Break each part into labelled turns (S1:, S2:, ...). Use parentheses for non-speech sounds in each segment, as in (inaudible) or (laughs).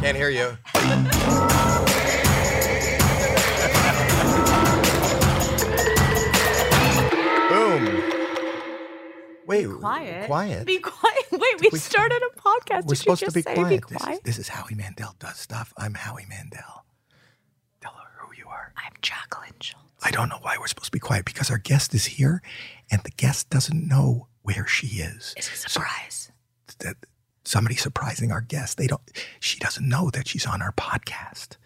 S1: Can't hear you. Boom. Wait.
S2: quiet.
S1: Quiet.
S2: Be quiet. (laughs) Wait, we,
S1: We-
S2: started a
S1: We're
S2: podcast. Did you
S1: supposed to
S2: just
S1: be
S2: say
S1: quiet.
S2: be
S1: This is-
S2: quiet?
S1: This, is, Howie Mandel does stuff. I'm Howie Mandel. Tell her who you are.
S2: I'm Jacqueline Schultz.
S1: I don't know why we're supposed to be quiet because our guest is here, and the guest doesn't know where she is.
S2: It's a surprise.
S1: that somebody surprising our guest. They don't. She doesn't know that she's on our podcast,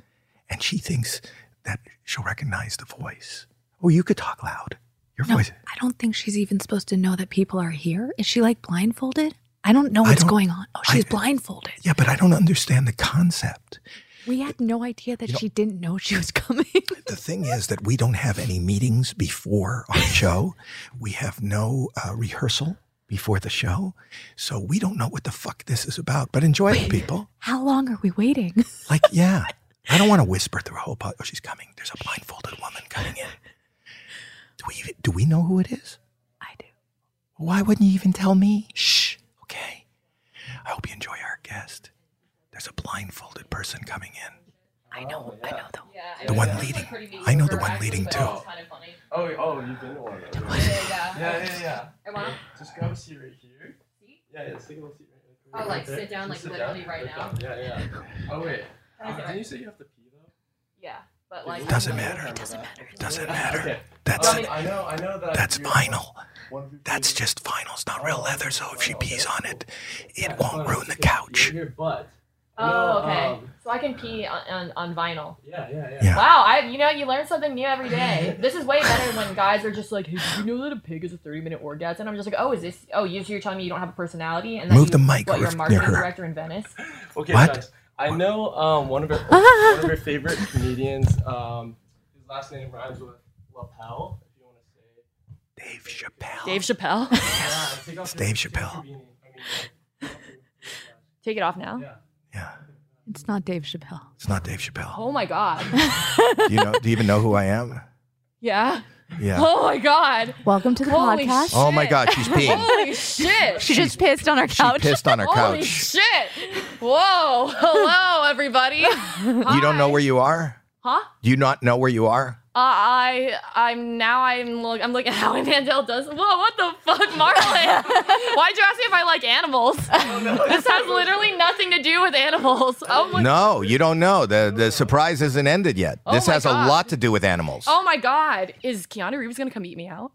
S1: and she thinks that she'll recognize the voice. Oh, you could talk loud. Your
S2: No,
S1: voice.
S2: I don't think she's even supposed to know that people are here. Is she like blindfolded? I don't know what's
S1: don't-
S2: going on. Oh,
S1: I-
S2: she's blindfolded.
S1: Yeah, but I don't understand the concept.
S2: We had no idea that
S1: You know-
S2: she didn't know she was (laughs) coming.
S1: The thing is that we don't have any meetings before our show. we have no uh, rehearsal before the show, so we don't know what the fuck this is about. But enjoy it, people.
S2: How long are we waiting? (laughs)
S1: Like, yeah. I don't want to whisper through a whole pod. Oh, she's coming. There's a blindfolded woman coming in. Do we even, do we know who it is?
S2: I do.
S1: Why wouldn't you even tell me? Shh. Okay. I hope you enjoy our guest. There's a blindfolded person coming in.
S2: I know. I know though.
S1: The one leading. I know the one leading too.
S3: Oh, oh, you've been to one. of those.
S4: Yeah,
S3: Yeah, yeah, yeah.
S4: I want
S3: Just grab a seat right here.
S4: See?
S3: Yeah, yeah. Stick a seat right.
S4: Oh, like,
S3: there.
S4: sit down,
S3: Just
S4: like,
S3: sit down.
S4: literally right
S3: Sit
S4: now?
S3: down. Yeah,
S4: (laughs)
S3: yeah. Oh wait.
S4: Can I sit
S3: Uh,
S4: right-
S3: didn't you say you have to pee though?
S4: yeah, but like
S1: Doesn't matter.
S3: It
S2: Doesn't matter.
S1: Doesn't matter.
S3: Okay.
S1: That's
S3: Um, I know. I know that.
S1: that's
S3: you're
S1: vinyl.
S3: one- one fifty-
S1: That's just vinyl. It's not real leather, so if she pees on it,
S3: Yeah,
S1: it
S3: I
S1: won't
S3: thought
S1: ruin
S3: was
S1: the
S3: just
S1: couch.
S3: Your, your butt.
S4: Oh, okay.
S3: No, um,
S4: so I can pee on, on, on vinyl.
S3: yeah, yeah, yeah.
S1: Yeah.
S4: Wow, I you know you learn something new every day. This is way better when guys are just like, "Hey, did you know that a pig is a thirty minute orgasm?" I'm just like, "Oh, is this? Oh, you, so you're telling me you don't have a personality?" And that
S1: Move
S4: you,
S1: the mic
S4: What, you're
S1: over near
S4: a marketing
S1: her.
S4: director in Venice?
S3: Okay,
S1: What?
S3: guys. I know um, one of
S1: (laughs)
S3: her one of her favorite comedians. Um, his last name rhymes with lapel. If you want to say.
S1: Dave Chappelle.
S4: Dave Chappelle,
S3: Yeah, take off
S1: It's Dave
S3: your- take off
S1: Chappelle.
S3: your beanie. I mean,
S4: (laughs) take it off now.
S3: yeah.
S1: yeah.
S2: It's not Dave Chappelle.
S1: It's not Dave Chappelle.
S4: Oh my (laughs) god.
S1: Do you know do you even know who I am?
S4: yeah.
S1: Yeah.
S4: Oh my god.
S2: Welcome to the
S4: Holy
S2: podcast.
S4: shit.
S1: Oh my god, she's peeing.
S4: Holy shit.
S2: She just pissed on our
S1: She
S2: couch.
S1: pissed on her
S4: Holy
S1: couch.
S4: shit! Whoa! Hello, everybody.
S1: You don't know where you are?
S4: Huh?
S1: Do you not know where you are?
S4: Uh, I I'm now I'm look I'm looking at how Mandel does. Whoa! What the fuck, Marlon? Why'd you ask me if I like animals? this has literally nothing to do with animals. Oh my.
S1: No, you don't know. The the surprise isn't ended yet.
S4: Oh
S1: This
S4: my
S1: has
S4: God.
S1: a lot to do with animals.
S4: Oh my god! Is Keanu Reeves gonna come eat me out?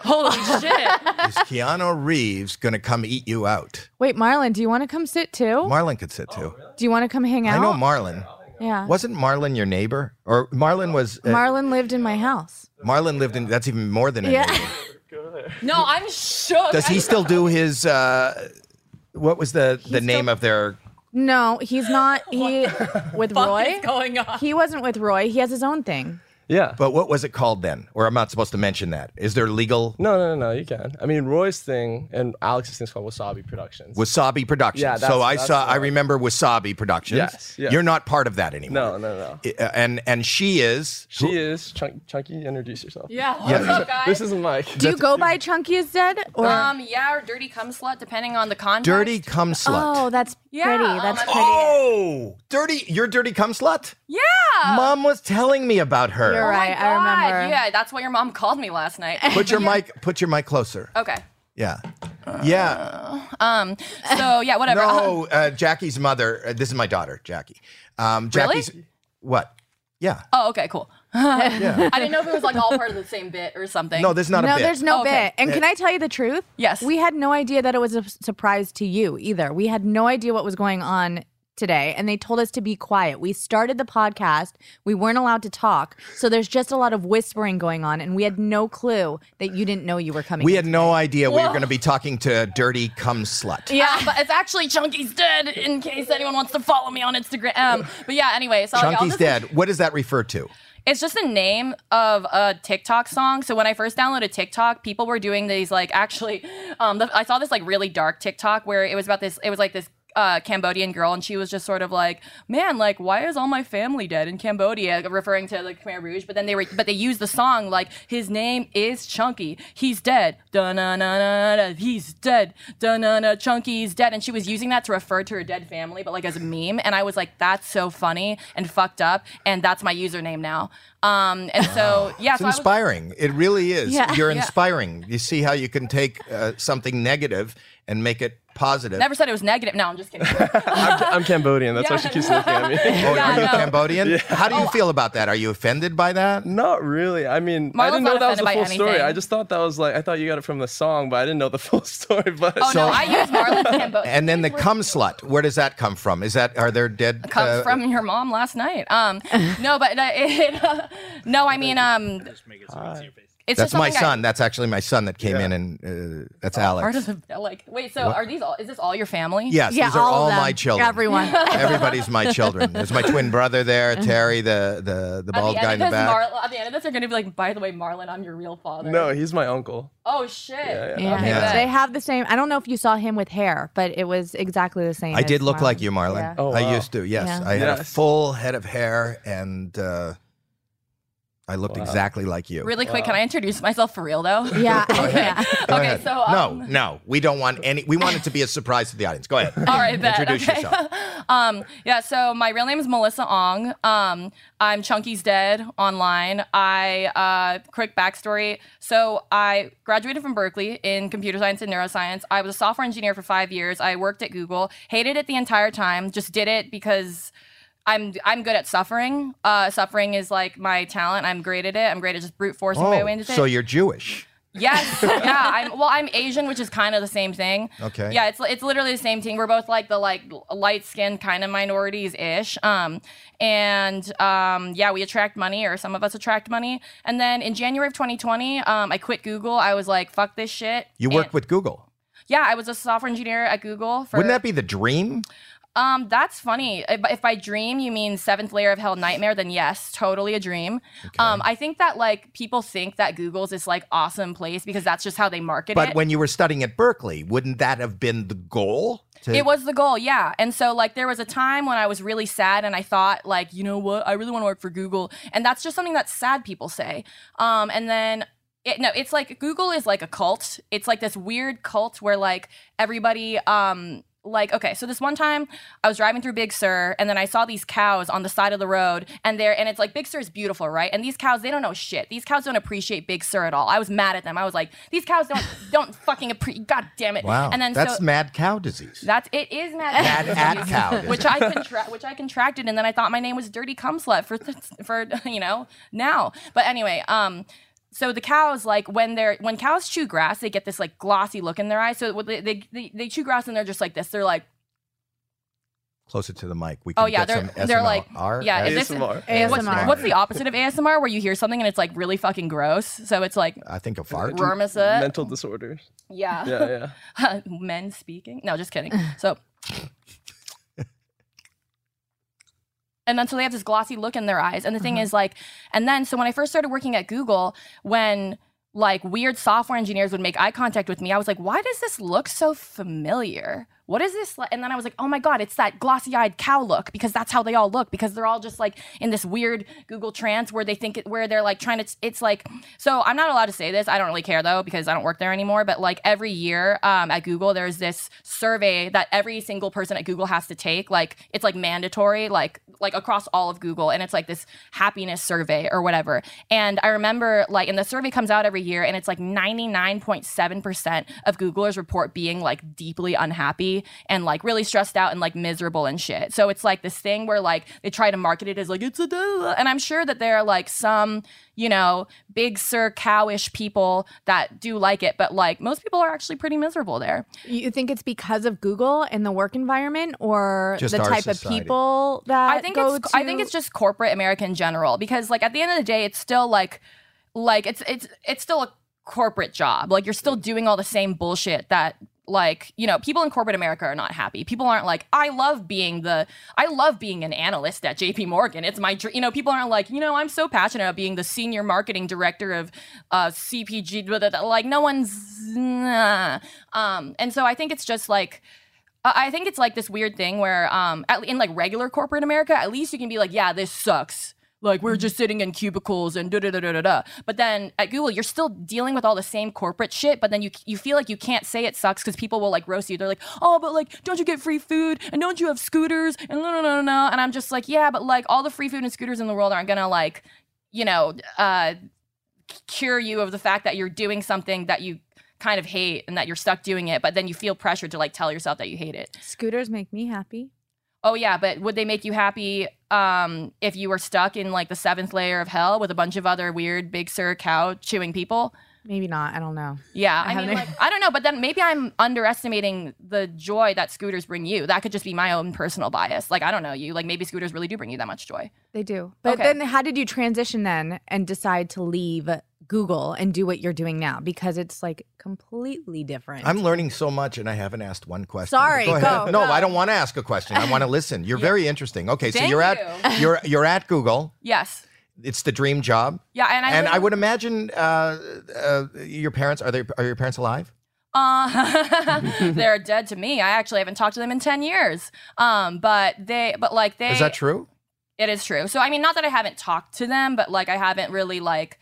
S4: Holy shit!
S1: Is Keanu Reeves going to come eat you out?
S2: Wait, Marlon, do you want to come sit too?
S1: Marlon could sit too.
S4: Oh,
S2: do you want to come hang out?
S1: I know Marlon.
S2: yeah.
S1: Wasn't Marlon your neighbor? Or Marlon was uh,
S2: Marlon lived in my house.
S1: Marlon lived in that's even more than a
S2: Yeah.
S1: neighbor.
S3: Go there.
S4: No, I'm shook. (laughs)
S1: Does he (laughs)
S4: I'm-
S1: still do his uh what was the the
S2: He's
S1: name
S2: still-
S1: of their
S2: No, he's not. He (laughs) with
S4: Fuck
S2: Roy.
S4: is going on?
S2: He wasn't with Roy. He has his own thing.
S3: (laughs) Yeah.
S1: but what was it called then? Or I'm not supposed to mention that. Is there legal
S3: No, no, no, no, you can. I mean, Roy's thing and Alex's thing is called Wasabi Productions.
S1: Wasabi Productions.
S3: Yeah,
S1: so
S3: that's-
S1: I
S3: that's
S1: saw
S3: the
S1: I
S3: one.
S1: remember Wasabi Productions.
S3: Yes, yes.
S1: You're not part of that anymore.
S3: no, no, no.
S1: I- uh, And and she is
S3: She is Chunk- Chunky. Introduce yourself.
S4: Yeah. What's
S1: Yeah.
S4: up, guys?
S3: This is Mike.
S2: Do you go by Chunky is dead or?
S4: um yeah or dirty cum slut depending on the context.
S1: dirty cum slut.
S2: oh, that's
S4: Yeah,
S2: pretty.
S4: oh
S2: That's
S4: my-
S2: pretty.
S1: Oh, dirty! You're dirty cum slut.
S4: Yeah.
S1: Mom was telling me about her.
S2: You're
S4: Oh my
S2: right, I
S4: God,
S2: remember.
S4: Yeah, that's what your mom called me last night.
S1: Put
S2: (laughs)
S1: your mic. Put your mic closer.
S4: okay.
S1: Yeah, yeah.
S4: Um.
S1: (laughs)
S4: So yeah, whatever.
S1: No,
S2: Uh-huh.
S1: uh, Jackie's mother. Uh, this is my daughter, Jackie. Um,
S4: Really?
S1: Jackie's what? Yeah,
S4: (laughs) Oh, okay, cool. (laughs)
S1: yeah.
S4: I didn't know if it was like all part of the same bit or something.
S1: No, this is not
S2: no,
S1: a bit.
S2: there's no
S4: Oh, okay.
S2: bit. And can I tell you the truth?
S4: Yes.
S2: We had no idea that it was a s- surprise to you either. We had no idea what was going on today, and they told us to be quiet. We started the podcast, we weren't allowed to talk. So there's just a lot of whispering going on, and we had no clue that you didn't know you were coming.
S1: we
S2: in.
S1: had no idea we were
S4: Whoa.
S1: going to be talking to a dirty cum slut.
S4: (laughs) Yeah, but it's actually Chunky's dead. In case anyone wants to follow me on Instagram. Um. But yeah. Anyway, so like, I'll
S1: Chunky's
S4: just-
S1: dead. What does that refer to?
S4: It's just the name of a TikTok song. So when I first downloaded TikTok, people were doing these like actually. Um. The, I saw this like really dark TikTok where it was about this. It was like this uh, Cambodian girl, and she was just sort of like, "Man, like, why is all my family dead in Cambodia?" Referring to like Khmer Rouge, but then they were, but they used the song like, "His name is Chunky, he's dead, da na na na na, he's dead, da na na, Chunky's dead," and she was using that to refer to her dead family, but like as a meme, and I was like, "That's so funny and fucked up," and that's my username now. Um, and so yeah,
S1: It's
S4: so I was-
S1: inspiring. It really is.
S2: Yeah.
S1: You're inspiring. You see how you can take uh, something negative and make it positive.
S4: never said it was negative. No, I'm just
S1: (laughs)
S4: kidding.
S3: I'm,
S4: (laughs)
S3: I'm Cambodian. That's why she keeps looking at me.
S1: Oh,
S4: Yeah,
S1: are you
S4: no.
S1: Cambodian? How
S4: Oh,
S1: do you feel about that? Are you offended by that?
S3: Not really. I mean, I
S4: Marlo's
S3: didn't know
S4: not
S3: that was
S4: offended
S3: the
S4: by
S3: full story.
S4: anything.
S3: I just thought that was like I thought you got it from the song, but I didn't know the (laughs) full story. But
S4: Oh no, I use
S1: (laughs)
S4: Marlon Cambo.
S1: And then the cum slut. Where does that come from? Is that are there dead?
S4: comes
S1: uh,
S4: from your mom last night. Um, no, but uh, (laughs) it, no, I mean, um, it's
S1: That's
S4: just
S1: my
S4: something I-
S1: son. that's actually my son that came in, and uh, that's
S4: part
S1: Alex.
S4: of the- like, wait, so are these all? Is this all your family?
S1: Yes,
S2: yeah,
S1: these are
S2: all,
S1: all
S2: of them.
S1: my children.
S2: Everyone.
S4: (laughs)
S1: Everybody's my children. There's my twin brother there, Terry, the the, the
S4: At the,
S1: bald
S4: end
S1: guy
S4: of
S1: in the
S4: this,
S1: back.
S4: Marlo- at the end of this, they're gonna be like, by the way, Marlon, I'm your real father.
S3: no, he's my uncle.
S4: Oh shit.
S2: Yeah.
S4: Okay,
S1: Yeah.
S4: good.
S2: They have the same. I don't know if you saw him with hair, but it was exactly the same.
S1: I did
S2: as
S1: look
S2: Marlon.
S1: like you, Marlon.
S2: Yeah.
S3: Oh,
S1: I
S3: wow.
S1: used to. Yes,
S2: Yeah.
S1: I had a
S3: Yes.
S1: full head of hair, and uh, I looked exactly like you.
S4: Really quick, can I introduce myself for real though?
S2: Yeah. yeah.
S1: Go
S4: (laughs) okay,
S1: ahead.
S4: so, um,
S1: no, no, we don't want any. We want it
S4: (laughs)
S1: to be a surprise to the audience. Go ahead.
S4: All right, bet.
S1: (laughs) Introduce
S4: okay. (laughs)
S1: yourself.
S4: um, yeah, so my real name is Melissa Ong. Um, I'm Chunky's Dead online. I, uh, quick backstory. So I graduated from Berkeley in computer science and neuroscience. I was a software engineer for five years. I worked at Google, hated it the entire time, just did it because. I'm I'm good at suffering. Uh, suffering is like my talent. I'm great at it. I'm great at just brute forcing my way
S1: Oh,
S4: into things.
S1: so you're Jewish.
S4: Yes. yeah. I'm well. I'm Asian, which is kind of the same thing.
S1: (laughs) Okay.
S4: Yeah. It's it's literally the same thing. We're both like the like light skinned kind of minorities ish. Um, and um, yeah, we attract money, or some of us attract money. And then in January of 2020, um, I quit Google. I was like, fuck this shit.
S1: You
S4: And-
S1: work with Google.
S4: Yeah, I was a software engineer at Google. For,
S1: Wouldn't that be the dream?
S4: Um, that's funny. If, if by dream you mean seventh layer of hell nightmare, then yes, totally a dream. Um, I think that like people think that Google's this like awesome place because that's just how they market
S1: But
S4: it.
S1: when you were studying at Berkeley, wouldn't that have been the goal? To,
S4: It was the goal, yeah. And so like there was a time when I was really sad and I thought like, you know what? I really want to work for Google. And that's just something that sad people say. Um and then it, no, it's like Google is like a cult. It's like this weird cult where like everybody um like okay, so this one time I was driving through Big Sur and then I saw these cows on the side of the road and they're and it's like Big Sur is beautiful, right? And these cows, they don't know shit. These cows don't appreciate Big Sur at all. I was mad at them. I was like, these cows don't don't fucking appreciate god damn it.
S1: wow.
S4: And then
S1: that's
S4: so
S1: mad cow disease.
S4: that's it is mad,
S1: Mad at cow disease.
S4: which I contra- which I contracted, and then I thought my name was Dirty Cum Slut for for (laughs) you know now. But anyway, um. So the cows, like when they're when cows chew grass, they get this like glossy look in their eyes. So what they they, they, they chew grass and they're just like this. They're like,
S1: Closer to the mic. We can
S4: oh
S1: get
S4: yeah, they're
S1: some
S4: they're like
S1: SMR.
S4: yeah. is this-
S3: ASMR.
S1: What's-
S2: ASMR.
S4: what's the opposite of ASMR where you hear something and it's like really fucking gross? So it's like
S1: I think a fart.
S4: Vermisa.
S3: Mental
S4: (laughs)
S3: disorders.
S4: Yeah.
S3: Yeah, yeah.
S4: (laughs) Men speaking. No, just kidding. So. And then so they have this glossy look in their eyes. And the thing is, like, and then so when I first started working at Google, when like weird software engineers would make eye contact with me, I was like, why does this look so familiar? What is this? Like? And then I was like, oh my God, it's that glossy eyed cow look because that's how they all look because they're all just like in this weird Google trance where they think, it, where they're like trying to, it's like, so I'm not allowed to say this. I don't really care though because I don't work there anymore. But like every year um, at Google, there's this survey that every single person at Google has to take. Like it's like mandatory, like like across all of Google, and it's like this happiness survey or whatever. And I remember like, and the survey comes out every year, and it's like 99.7% of Googlers report being like deeply unhappy and like really stressed out and like miserable and shit. So it's like this thing where like they try to market it as like it's a duh. and I'm sure that there are like some you know big sir cowish people that do like it, but like most people are actually pretty miserable there.
S2: You think it's because of Google and the work environment, or
S1: Just
S2: the
S1: our
S2: type
S1: society.
S2: of people that
S4: I think
S2: go
S4: it's
S2: to?
S4: I think it's just corporate America in general because like at the end of the day, it's still like like it's it's it's still a corporate job. Like you're still doing all the same bullshit that like you know people in corporate america are not happy people aren't like i love being the i love being an analyst at jp morgan it's my dream you know people aren't like you know i'm so passionate about being the senior marketing director of uh cpg blah, blah, blah." like no one's nah. um and so i think it's just like Uh, I think it's like this weird thing where, um, at, in like regular corporate America, at least you can be like, yeah, this sucks. Like we're just sitting in cubicles and da da da da da da. But then at Google, you're still dealing with all the same corporate shit. But then you you feel like you can't say it sucks because people will like roast you. They're like, oh, but like, don't you get free food and don't you have scooters and no no no no no. And I'm just like, yeah, but like all the free food and scooters in the world aren't gonna like, you know, uh, cure you of the fact that you're doing something that you kind of hate and that you're stuck doing it, but then you feel pressured to like tell yourself that you hate it.
S2: Scooters make me happy.
S4: Oh yeah, but would they make you happy um, if you were stuck in like the seventh layer of hell with a bunch of other weird Big Sur cow chewing people?
S2: Maybe not. I don't know.
S4: Yeah,
S2: I
S4: I, mean,
S2: haven't-
S4: like, I don't know, but then maybe I'm underestimating the joy that scooters bring you. That could just be my own personal bias. Like I don't know you. Like maybe scooters really do bring you that much joy.
S2: They do. But
S4: Okay.
S2: then how did you transition then and decide to leave Google and do what you're doing now? Because it's like completely different.
S1: I'm learning so much, and I haven't asked one question.
S2: Sorry,
S1: go ahead.
S2: go,
S1: no,
S2: go.
S1: I don't want to ask a question. I want to listen. You're very interesting. Okay, so
S4: Thank
S1: you're at you. are you're at Google.
S4: Yes.
S1: It's the dream job,
S4: Yeah, and I
S1: and I
S4: wouldn't-
S1: would imagine uh, uh, your parents are they are your parents alive?
S4: Uh, (laughs) they're dead to me. I actually haven't talked to them in ten years. Um, but they, but like they,
S1: Is that true?
S4: it is true. So I mean, not that I haven't talked to them, but like I haven't really like,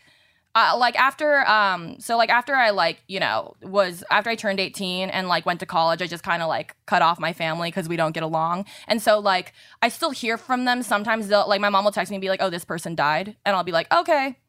S4: uh, like after, um, so like after I like you know was after I turned eighteen and like went to college, I just kind of like cut off my family because we don't get along, and so like I still hear from them sometimes. They'll like my mom will text me and be like, "Oh, this person died," and I'll be like, "Okay,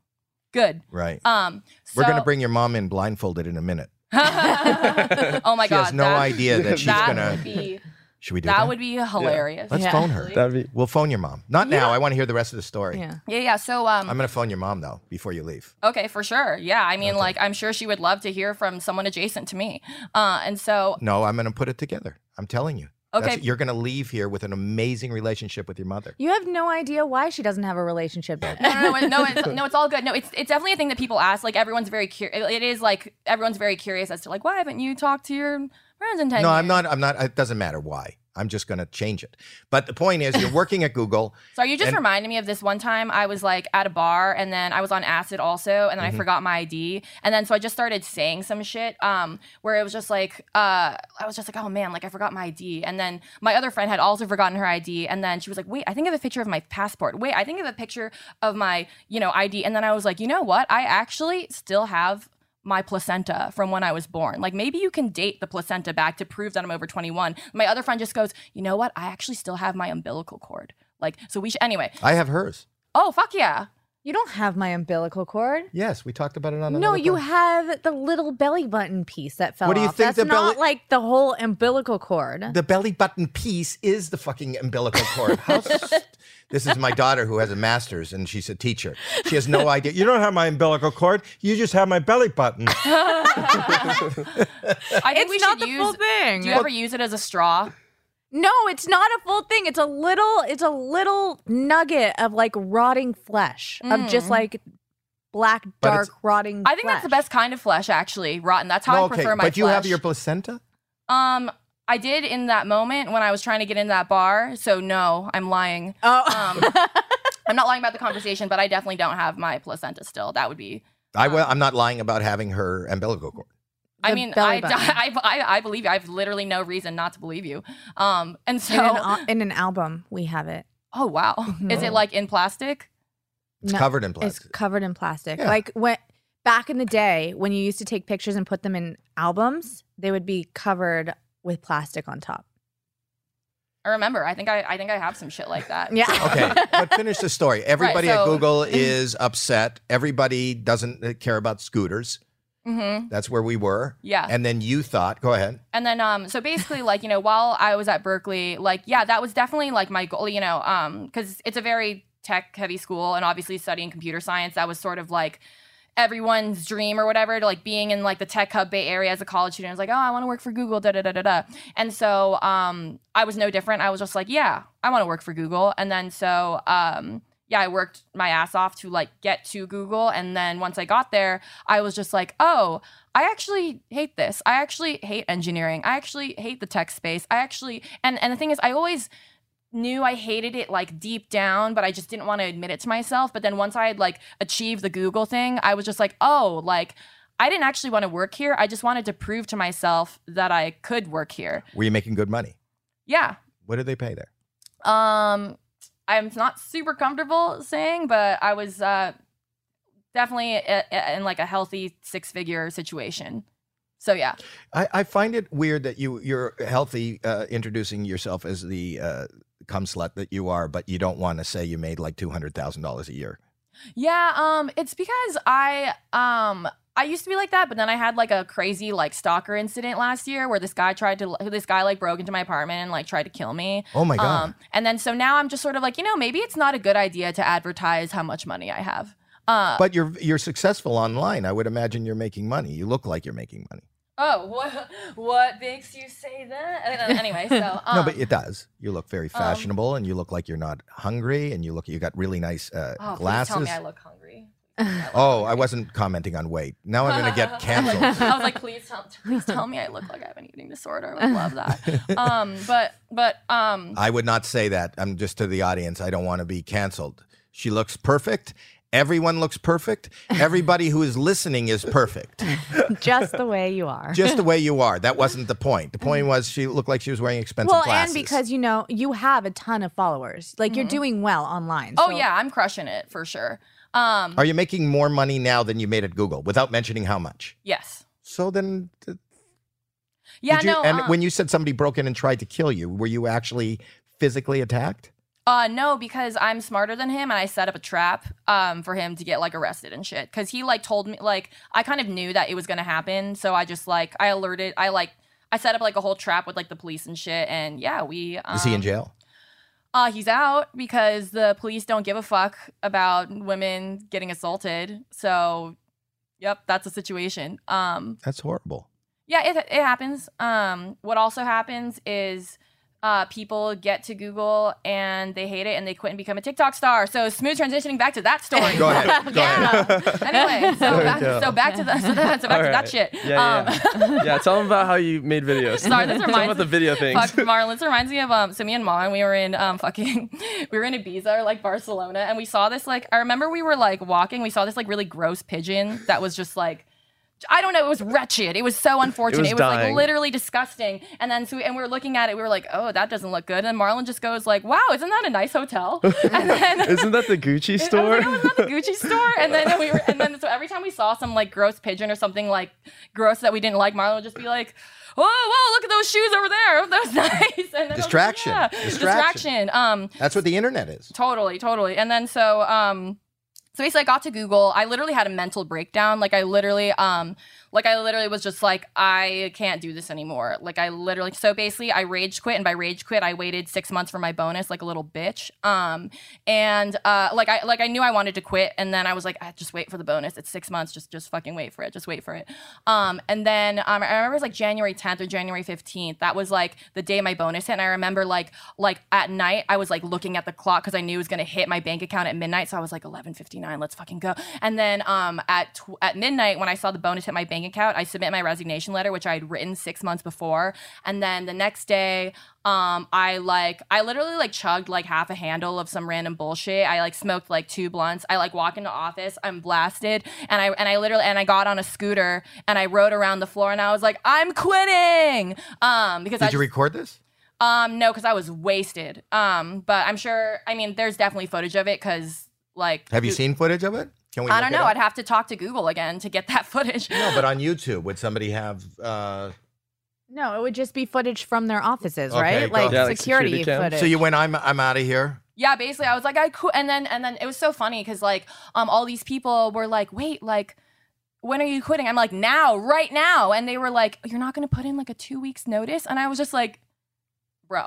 S4: good."
S1: Right.
S4: Um,
S1: We're
S4: so-
S1: gonna (laughs) bring your mom in blindfolded in a minute.
S4: (laughs) oh my
S1: she
S4: god,
S1: has no
S4: that-
S1: idea that she's
S4: that
S1: gonna.
S4: would be.
S1: should we do
S4: that,
S1: that?
S4: would be hilarious.
S1: Let's
S2: Yeah.
S1: phone her.
S4: That-
S5: That'd be
S1: We'll phone your mom. Not now. I want to hear the rest of the story.
S2: yeah.
S4: yeah, yeah. So, um,
S1: I'm gonna phone your mom though before you leave.
S4: okay, for sure. Yeah, I mean, like, I'm sure she would love to hear from someone adjacent to me. Uh, and so,
S1: No, I'm gonna put it together. I'm telling you. That's-
S4: Okay.
S1: you're gonna leave here with an amazing relationship with your mother.
S2: You have no idea why she doesn't have a relationship yet.
S4: no, no, no, no,
S1: (laughs)
S4: it's, no, it's all good. No, it's it's definitely a thing that people ask. Like, everyone's very curious. It is like everyone's very curious as to like, why haven't you talked to your friends in ten
S1: No,
S4: years?
S1: I'm not. I'm not. It doesn't matter why. I'm just gonna change it. But the point is,
S2: (laughs)
S1: you're working at Google.
S4: So you just
S1: And-
S4: reminded me of this one time I was like at a bar and then I was on acid also and then I forgot my ID and then so I just started saying some shit um where it was just like uh I was just like oh man like I forgot my ID and then my other friend had also forgotten her ID and then she was like wait I think I have a picture of my passport wait I think I have a picture of my you know ID and then I was like you know what I actually still have my placenta from when I was born. Like maybe you can date the placenta back to prove that I'm over 21. My other friend just goes, "You know what? I actually still have my umbilical cord." Like so we should anyway.
S1: I have hers.
S4: Oh fuck yeah. (laughs)
S2: You don't have my umbilical cord.
S1: Yes, we talked about it on.
S2: No,
S1: another
S2: you
S1: podcast.
S2: have the little belly button piece that fell
S1: What do you
S2: off.
S1: think
S2: That's
S1: the
S2: not
S1: belly-
S2: like the whole umbilical cord.
S1: The belly button piece is the fucking umbilical cord. How
S2: (laughs)
S1: st- this is my daughter who has a master's and she's a teacher. She has no idea. You don't have my umbilical cord. You just have my belly button.
S4: I think we
S2: not
S4: should
S2: the
S4: use
S2: full thing.
S4: Do you ever use it as a straw?
S2: no, it's not a full thing. It's a little it's a little nugget of like rotting flesh of just like black
S1: But
S2: dark
S1: it's-
S2: rotting
S4: Mm. I think that's the
S2: flesh.
S4: best kind of flesh actually, rotten. That's how
S1: No,
S4: I prefer my
S1: but you have
S4: flesh.
S1: your placenta.
S4: Um I did in that moment when I was trying to get in that bar, so no, I'm lying.
S2: Oh.
S4: Um
S2: (laughs)
S4: I'm not lying about the conversation, but I definitely don't have my placenta still. That would be
S1: I will,
S2: Um,
S1: I'm not lying about having her umbilical cord.
S4: I
S2: The
S4: mean,
S2: belly
S4: I, (laughs)
S2: button.
S4: I, I, I believe you. I have literally no reason not to believe you. Um, and so,
S2: in, an, al- in an album we have it.
S4: oh wow,
S2: Mm-hmm.
S4: is it like in plastic?
S1: It's
S2: No,
S1: covered in
S2: It's
S1: plastic.
S2: covered in plastic.
S1: Yeah.
S2: Like when back in the day when you used to take pictures and put them in albums, they would be covered with plastic
S1: (laughs)
S2: on top.
S4: I remember. I think I, I think I have some shit like that.
S2: Yeah.
S4: (laughs)
S1: okay, but finish the story. Everybody at
S4: so-
S1: Google is upset. Everybody doesn't uh, care about scooters.
S4: hmm
S1: That's where we were.
S4: Yeah.
S1: And then you thought, go ahead.
S4: And then, um, so basically, like you know, while I was at Berkeley, like yeah, that was definitely like my goal. You know, um, because it's a very tech-heavy school, and obviously studying computer science, that was sort of like everyone's dream or whatever to like being in like the tech hub bay area as a college student I was like oh i want to work for google da da da da da and so um i was no different i was just like yeah i want to work for google and then so um yeah i worked my ass off to like get to google and then once i got there i was just like oh i actually hate this i actually hate engineering i actually hate the tech space i actually and and the thing is i always knew I hated it like deep down, but I just didn't want to admit it to myself. But then once I had like achieved the Google thing, I was just like, oh, like I didn't actually want to work here. I just wanted to prove to myself that I could work here.
S1: Were you making good money?
S4: Yeah.
S1: What do they pay there?
S4: Um, I'm not super comfortable saying, but I was uh, definitely i- i- in like a healthy six figure situation. So yeah,
S1: I, I find it weird that you you're healthy uh, introducing yourself as the uh, cum slut that you are, but you don't want to say you made like two hundred thousand dollars a year.
S4: yeah. Um, it's because I um I used to be like that, but then I had like a crazy like stalker incident last year where this guy tried to this guy like broke into my apartment and like tried to kill me.
S1: Oh my god!
S4: Um, and then so now I'm just sort of like you know maybe it's not a good idea to advertise how much money I have. Uh,
S1: but you're you're successful online. I would imagine you're making money. You look like you're making money.
S4: Oh, what what makes you say that? I don't know. Anyway, so
S1: (laughs)
S4: um,
S1: no, but it does. You look very fashionable, and you look like you're not hungry, and you look you got really nice uh,
S4: oh, please
S1: glasses.
S4: Tell me I look hungry.
S1: oh, I wasn't commenting on weight. Now I'm gonna
S4: (laughs)
S1: get canceled.
S4: I was like, please tell, please tell me I look like I have an eating disorder. I would
S1: (laughs)
S4: love that. Um, but but um,
S1: I would not say that. I'm just to the audience. I don't want to be canceled. She looks perfect. Everyone looks perfect. Everybody who is listening is perfect.
S2: just the way you are.
S1: Just the way you are. That wasn't the point. The point was she looked like she was wearing expensive
S2: well,
S1: glasses.
S2: and because you know you have a ton of followers, like you're doing well online.
S4: Mm-hmm. oh
S2: so-
S4: yeah, I'm crushing it for sure. Um,
S1: are you making more money now than you made at Google without mentioning how much?
S4: yes.
S1: So then, th-
S4: Yeah.
S1: did you,
S4: no.
S1: and
S4: um,
S1: when you said somebody broke in and tried to kill you, were you actually physically attacked?
S4: Uh, no, because I'm smarter than him, and I set up a trap um for him to get like arrested and shit. Because he like told me like I kind of knew that it was gonna happen, so I just like I alerted. I like I set up like a whole trap with like the police and shit, and yeah, we. Um,
S1: Is he in jail?
S4: Uh, he's out because the police don't give a fuck about women getting assaulted. So, yep, that's a situation. Um,
S1: That's horrible.
S4: yeah, it, it happens. Um, what also happens is uh, people get to Google and they hate it and they quit and become a TikTok star. So smooth transitioning back to that
S1: (laughs) (laughs)
S4: story.
S1: Go
S2: (laughs)
S1: ahead. Go
S4: yeah.
S1: (laughs) ahead.
S4: Anyway, so
S1: There we
S4: back,
S1: go.
S4: so back to that. (laughs) So, that, so back to that shit.
S3: Yeah,
S4: Um, (laughs)
S3: yeah, yeah. yeah. Tell them about how you made videos.
S4: Sorry, this
S3: tell them
S4: reminds
S3: about the video thing.
S4: Fuck, Marlon, this reminds me of um, so me and Mon, we were in um, fucking, (laughs) we were in Ibiza or like Barcelona, and we saw this like, I remember we were like walking, we saw this like really gross pigeon that was just like, I don't know, it was wretched. It was so unfortunate.
S3: was
S4: It was, like
S3: dying.
S4: literally disgusting. And then so we, and we were looking at it, we were like, oh, that doesn't look good. And Marlon just goes like, wow, isn't that a nice hotel? (laughs) And then.
S3: (laughs) Isn't that the Gucci
S4: I
S3: store?
S4: was like,
S3: (laughs)
S4: oh, it's not the Gucci store. And then we were, and then so every time we saw some like gross pigeon or something like gross that we didn't like, Marlon would just be like, "Whoa, whoa, look at those shoes over there. Aren't those nice?" And then I was (laughs) like,
S1: Distraction.
S4: yeah.
S1: Distraction.
S4: distraction. Um,
S1: That's what the internet is.
S4: totally, totally. And then so, um, so basically, I got to Google. I literally had a mental breakdown. Like I literally, um, like I literally was just like, I can't do this anymore. Like I literally. So basically, I rage quit, and by rage quit, I waited six months for my bonus, like a little bitch. Um, and uh, like I like I knew I wanted to quit, and then I was like, ah, just wait for the bonus. It's six months. Just just fucking wait for it. Just wait for it. Um, and then um, I remember it was like January 10th or January 15th. That was like the day my bonus hit, and I remember like like at night I was like looking at the clock because I knew it was gonna hit my bank account at midnight. So I was like 11:59. Let's fucking go. And then um at tw- at midnight when I saw the bonus hit my bank account, I submit my resignation letter which I had written six months before, and then the next day um i like i literally like chugged like half a handle of some random bullshit i like smoked like two blunts i like walk into office i'm blasted and i and i literally and i got on a scooter and i rode around the floor and i was like i'm quitting um because i
S1: Did you
S4: just-
S1: record this?
S4: um no because i was wasted um but i'm sure i mean there's definitely footage of it because like
S1: Have you
S4: who-
S1: seen footage of it? Can we?
S4: i
S1: look
S4: don't
S1: it
S4: know
S1: up?
S4: i'd have to talk to google again to get that (laughs) footage
S1: No, but on YouTube, would somebody have? Uh,
S2: No, it would just be footage from their offices,
S1: Okay,
S2: right?
S1: go.
S2: Like,
S1: Yeah,
S3: like
S2: security,
S3: security cam.
S2: footage.
S1: so you went. I'm. I'm out of here.
S4: yeah basically i was like i quit and then and then it was so funny because like um all these people were like wait like when are you quitting i'm like now right now and they were like you're not gonna put in like a two weeks notice and i was just like bro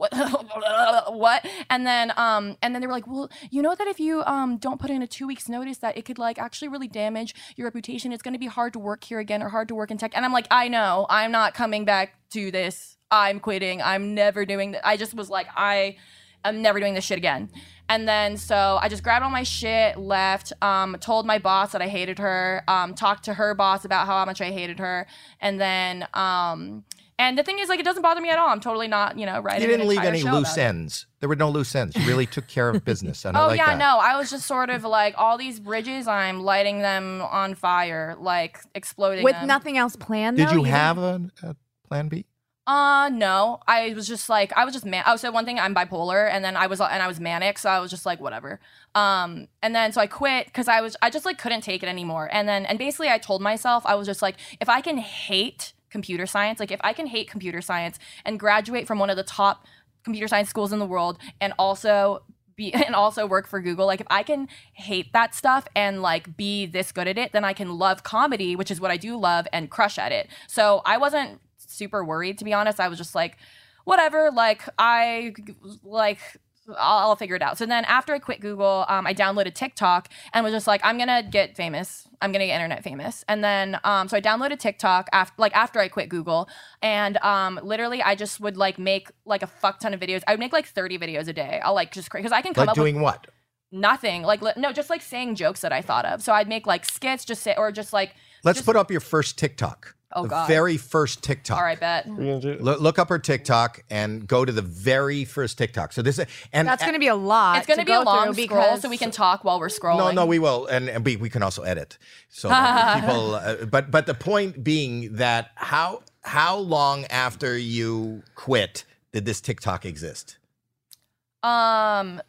S4: what, (laughs) what and then um and then they were like well you know that if you um don't put in a two weeks notice that it could like actually really damage your reputation it's going to be hard to work here again or hard to work in tech and i'm like i know i'm not coming back to this i'm quitting i'm never doing that i just was like i i'm never doing this shit again and then so i just grabbed all my shit left um told my boss that i hated her um talked to her boss about how much i hated her and then um and the thing is, like, it doesn't bother me at all. I'm totally not, you know, writing.
S1: You didn't
S4: an
S1: leave
S4: entire
S1: any
S4: show
S1: loose
S4: about it.
S1: ends. There were no loose ends. You really took care
S4: (laughs)
S1: of business, and I
S4: Oh
S1: like
S4: yeah,
S1: that.
S4: no, I was just sort of like all these bridges. I'm lighting them on fire, like exploding
S2: with
S4: them.
S2: nothing else planned.
S1: Did
S2: though,
S1: you
S2: didn't-
S1: have a, a plan B?
S4: Uh no, I was just like I was just man. Oh, so one thing I'm bipolar, and then I was and I was manic, so I was just like whatever. Um, and then so I quit because I was I just like couldn't take it anymore. And then and basically I told myself I was just like if I can hate computer science, like if I can hate computer science and graduate from one of the top computer science schools in the world, and also be (laughs) and also work for Google, like if I can hate that stuff and like be this good at it, then I can love comedy, which is what I do love, and crush at it. So I wasn't super worried to be honest. I was just like, whatever, like I like I'll, I'll figure it out. So then after I quit Google, um, I downloaded TikTok and was just like, I'm gonna get famous. I'm gonna get internet famous. And then um, so I downloaded TikTok after like after I quit Google, and um, literally I just would like make like a fuck ton of videos. I would make like 30 videos a day. I'll like just because I can come
S1: Like
S4: up with
S1: doing what?
S4: nothing. Like li- no, just like saying jokes that I thought of. So I'd make like skits, just say or just like
S1: Let's
S4: just-
S1: put up your first TikTok.
S4: Oh,
S1: the
S4: God.
S1: very first TikTok.
S4: All right, bet.
S1: Lo- look up her TikTok and go to the very first TikTok. So this and
S2: That's going to be a lot.
S4: It's gonna
S2: to
S4: be a
S2: go through
S4: long scroll,
S2: because-
S4: so we can talk while we're scrolling.
S1: no, no, we will, and, and we, we can also edit. So that people, uh, but but the point being that how how long after you quit did this TikTok exist?
S4: Um,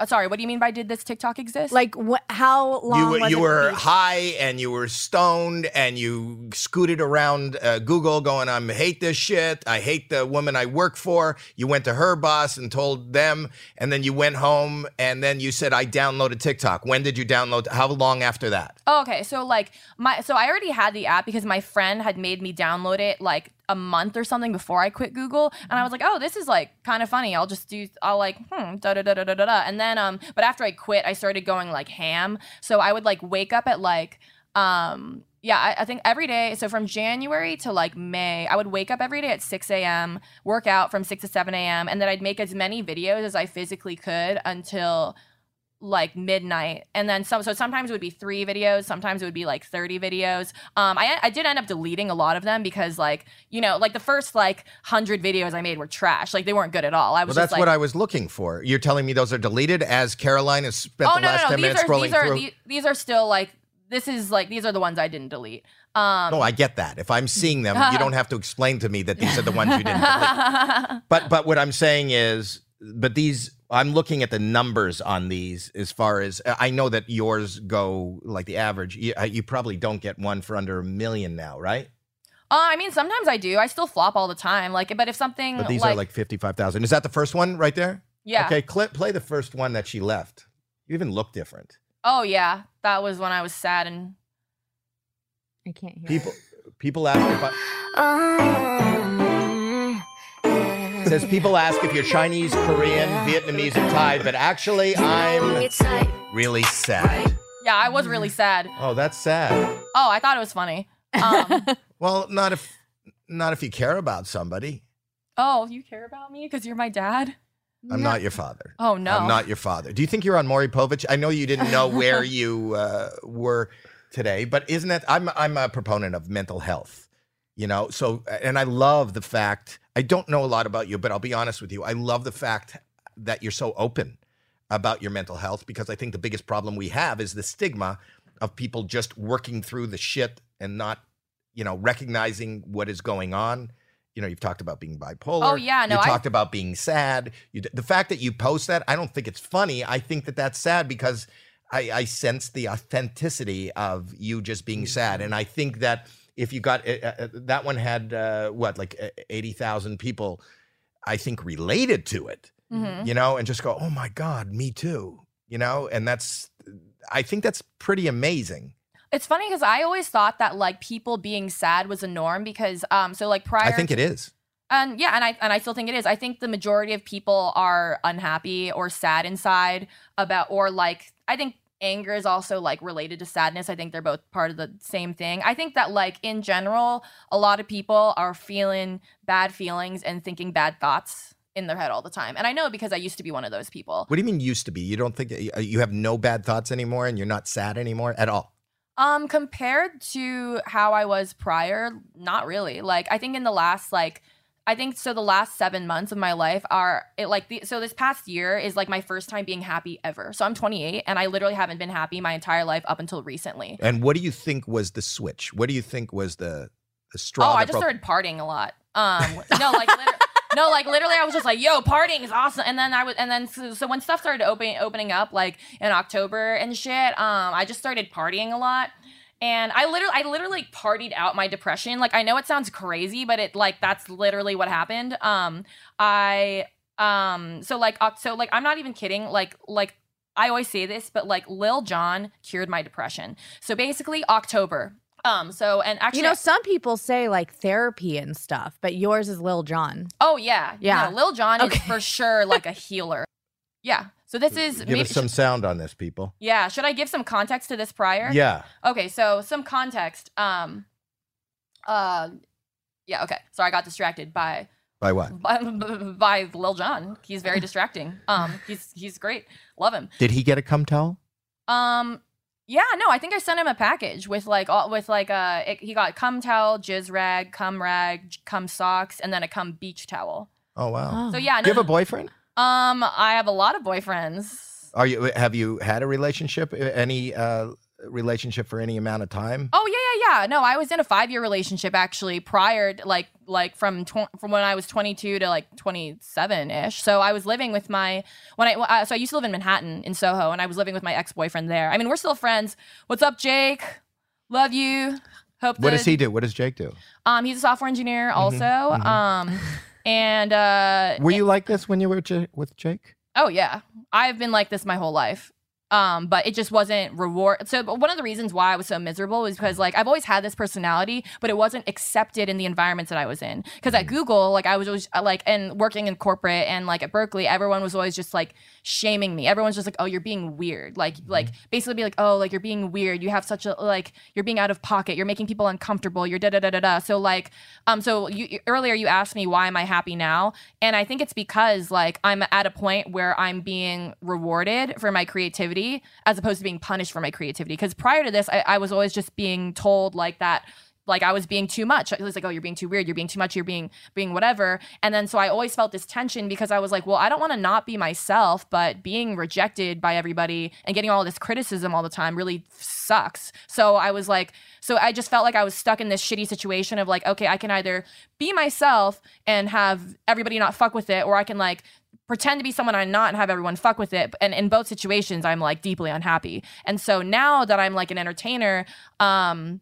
S4: uh, sorry. What do you mean by did this TikTok exist?
S2: Like what? How long?
S1: you were-
S2: was
S1: you
S2: it
S1: were
S2: before-
S1: high and you were stoned and you scooted around uh, Google going, "I hate this shit. I hate the woman I work for." You went to her boss and told them, and then you went home and then you said, "I downloaded TikTok." When did you download? How long after that?
S4: oh, okay. So like my so I already had the app because my friend had made me download it like a month or something before I quit Google, and I was like, oh, this is like kind of funny. I'll just do. I'll like hmm da da da da da da da. And then um, but after I quit, I started going like ham. So I would like wake up at like um. Yeah, I, I think every day. So from January to like May, I would wake up every day at 6 a.m., work out from 6 to 7 a.m., and then I'd make as many videos as I physically could until like midnight and then some so sometimes it would be three videos sometimes it would be like 30 videos um I, I did end up deleting a lot of them because like you know like the first like 100 videos i made were trash like they weren't good at all i
S1: Well,
S4: was
S1: that's
S4: just like
S1: what I was looking for. You're telling me those are deleted as Caroline has spent
S4: oh
S1: the
S4: no
S1: last
S4: no no
S1: 10
S4: these
S1: minutes
S4: are
S1: scrolling
S4: these are
S1: through.
S4: these, these are still like this is like these are the ones i didn't delete um
S1: no, Oh, I get that. If I'm seeing them, you don't have to explain to me that these are the ones you didn't (laughs)
S4: (laughs)
S1: delete. But but what I'm saying is, but these I'm looking at the numbers on these as far as uh, I know that yours go like the average. You, uh, you probably don't get one for under a million now, right?
S4: uh, i mean sometimes i do i still flop all the time like but if something
S1: But these
S4: Mm, like,
S1: are like fifty-five thousand. Is that the first one right there?
S4: yeah
S1: Okay, cl- play the first one that she left. You even look different.
S4: oh yeah that was when i was sad and
S2: I can't hear.
S1: People people ask if I,
S2: Um,
S1: it says people ask if you're Chinese, Korean, Vietnamese, and Thai, but actually
S2: (laughs)
S1: I'm
S2: um,
S1: really sad.
S4: yeah i was really sad
S1: Oh, that's sad.
S4: oh i thought it
S1: (laughs)
S4: was funny um
S1: Well, not if not if you care about somebody.
S4: Oh, you care about me because you're my dad?
S1: I'm not your father.
S4: Oh no.
S1: I'm not your father. Do you think you're on Maury Povich? I know you didn't know where you uh, were today, but isn't that I'm I'm a proponent of mental health. You know, so and I love the fact I don't know a lot about you, but I'll be honest with you. I love the fact that you're so open about your mental health because I think the biggest problem we have is the stigma of people just working through the shit and not, you know, recognizing what is going on. You know, you've talked about being bipolar.
S4: Oh, yeah, no,
S1: you
S4: I-
S1: talked about being sad. You, d- the fact that you post that, I don't think it's funny. I think that that's sad because I, I sense the authenticity of you just being sad, and I think that if you got uh, uh, that one had uh, what like uh, eighty thousand people, I think related to it
S4: Mhm.
S1: you know, and just go, oh my God, me too, you know? And that's, I think that's pretty amazing.
S4: It's funny because I always thought that like people being sad was a norm because um so like prior
S1: I think it is.
S4: and yeah and I and I still think it is. I think the majority of people are unhappy or sad inside about or like I think anger is also like related to sadness. I think they're both part of the same thing. I think that like in general, a lot of people are feeling bad feelings and thinking bad thoughts in their head all the time. And I know because I used to be one of those people.
S1: What do you mean used to be? You don't think uh, you have no bad thoughts anymore and you're not sad anymore at all?
S4: Um, compared to how I was prior, not really. Like I think in the last like I think so the last seven months of my life are it like the so this past year is like my first time being happy ever. So I'm 28 and I literally haven't been happy my entire life up until recently.
S1: And what do you think was the switch? What do you think was the, the straw?
S4: Oh, I
S1: that
S4: just
S1: broke-
S4: started partying a lot. Um,
S1: (laughs)
S4: no, like liter- no, like literally, I was just like, "Yo, partying is awesome." And then I was, and then so, so when stuff started opening opening up, like in October and shit, um, I just started partying a lot. And I literally, I literally partied out my depression. Like I know it sounds crazy, but it like that's literally what happened. Um, I um, so like Oc- so like I'm not even kidding. Like like I always say this, but like Lil Jon cured my depression. So basically October. Um, so and actually,
S2: You know, some people say like therapy and stuff, but yours is Lil John.
S4: Oh yeah,
S2: Yeah.
S4: No, Lil Jon
S2: Okay.
S4: is for sure
S2: (laughs)
S4: like a healer. Yeah. So this is
S1: Give
S4: maybe,
S1: us some sound on this, people.
S4: yeah. Should I give some context to this prior?
S1: Yeah.
S4: Okay. So some context. Um. Uh. Yeah. Okay. Sorry, I got distracted by
S1: By what?
S4: by, (laughs) by Lil Jon.
S1: (laughs)
S4: He's very distracting. Um. He's he's great. Love him.
S1: Did he get a cum towel?
S4: Um. Yeah, no, I think I sent him a package with like all with like uh it, he got cum towel, jizz rag, cum rag, cum socks, and then a cum beach towel.
S1: Oh wow.
S4: So yeah,
S1: Do you
S4: no, (laughs)
S1: have a boyfriend?
S4: um, I have a lot of boyfriends.
S1: Are you uh, have you had a relationship? Any uh, relationship for any amount of time?
S4: Oh yeah, yeah, yeah. No, I was in a five year relationship actually prior, to, like like from tw- from when I was 22 to like 27 ish. So I was living with my when I uh, so I used to live in Manhattan in Soho, and I was living with my ex boyfriend there. I mean, we're still friends. What's up, Jake? Love you. Hope.
S1: What
S4: the-
S1: does he do? What does Jake do?
S4: Um, he's a software engineer also.
S1: mhm.
S4: Um, and uh,
S1: Were you like this when you were J- with Jake?
S4: Oh yeah, I've been like this my whole life. Um, but it just wasn't reward. So but one of the reasons why I was so miserable was because like I've always had this personality, but it wasn't accepted in the environments that I was in. Because at Google, like I was always uh, like and working in corporate and like at Berkeley, everyone was always just like shaming me. Everyone's just like, oh, you're being weird. Like like basically be like, oh, like you're being weird. You have such a like you're being out of pocket. You're making people uncomfortable. You're da da da da da. So like um so you you- earlier you asked me why am I happy now? And I think it's because like I'm at a point where I'm being rewarded for my creativity as opposed to being punished for my creativity. Because prior to this, I, I was always just being told like that like I was being too much. It was like, oh, you're being too weird. You're being too much. You're being being whatever. And then so I always felt this tension because I was like, well, I don't want to not be myself, but being rejected by everybody and getting all this criticism all the time really sucks. So I was like, so I just felt like I was stuck in this shitty situation of like, okay, I can either be myself and have everybody not fuck with it, or I can like pretend to be someone I'm not and have everyone fuck with it. And in both situations, I'm like deeply unhappy. And so now that I'm like an entertainer, um,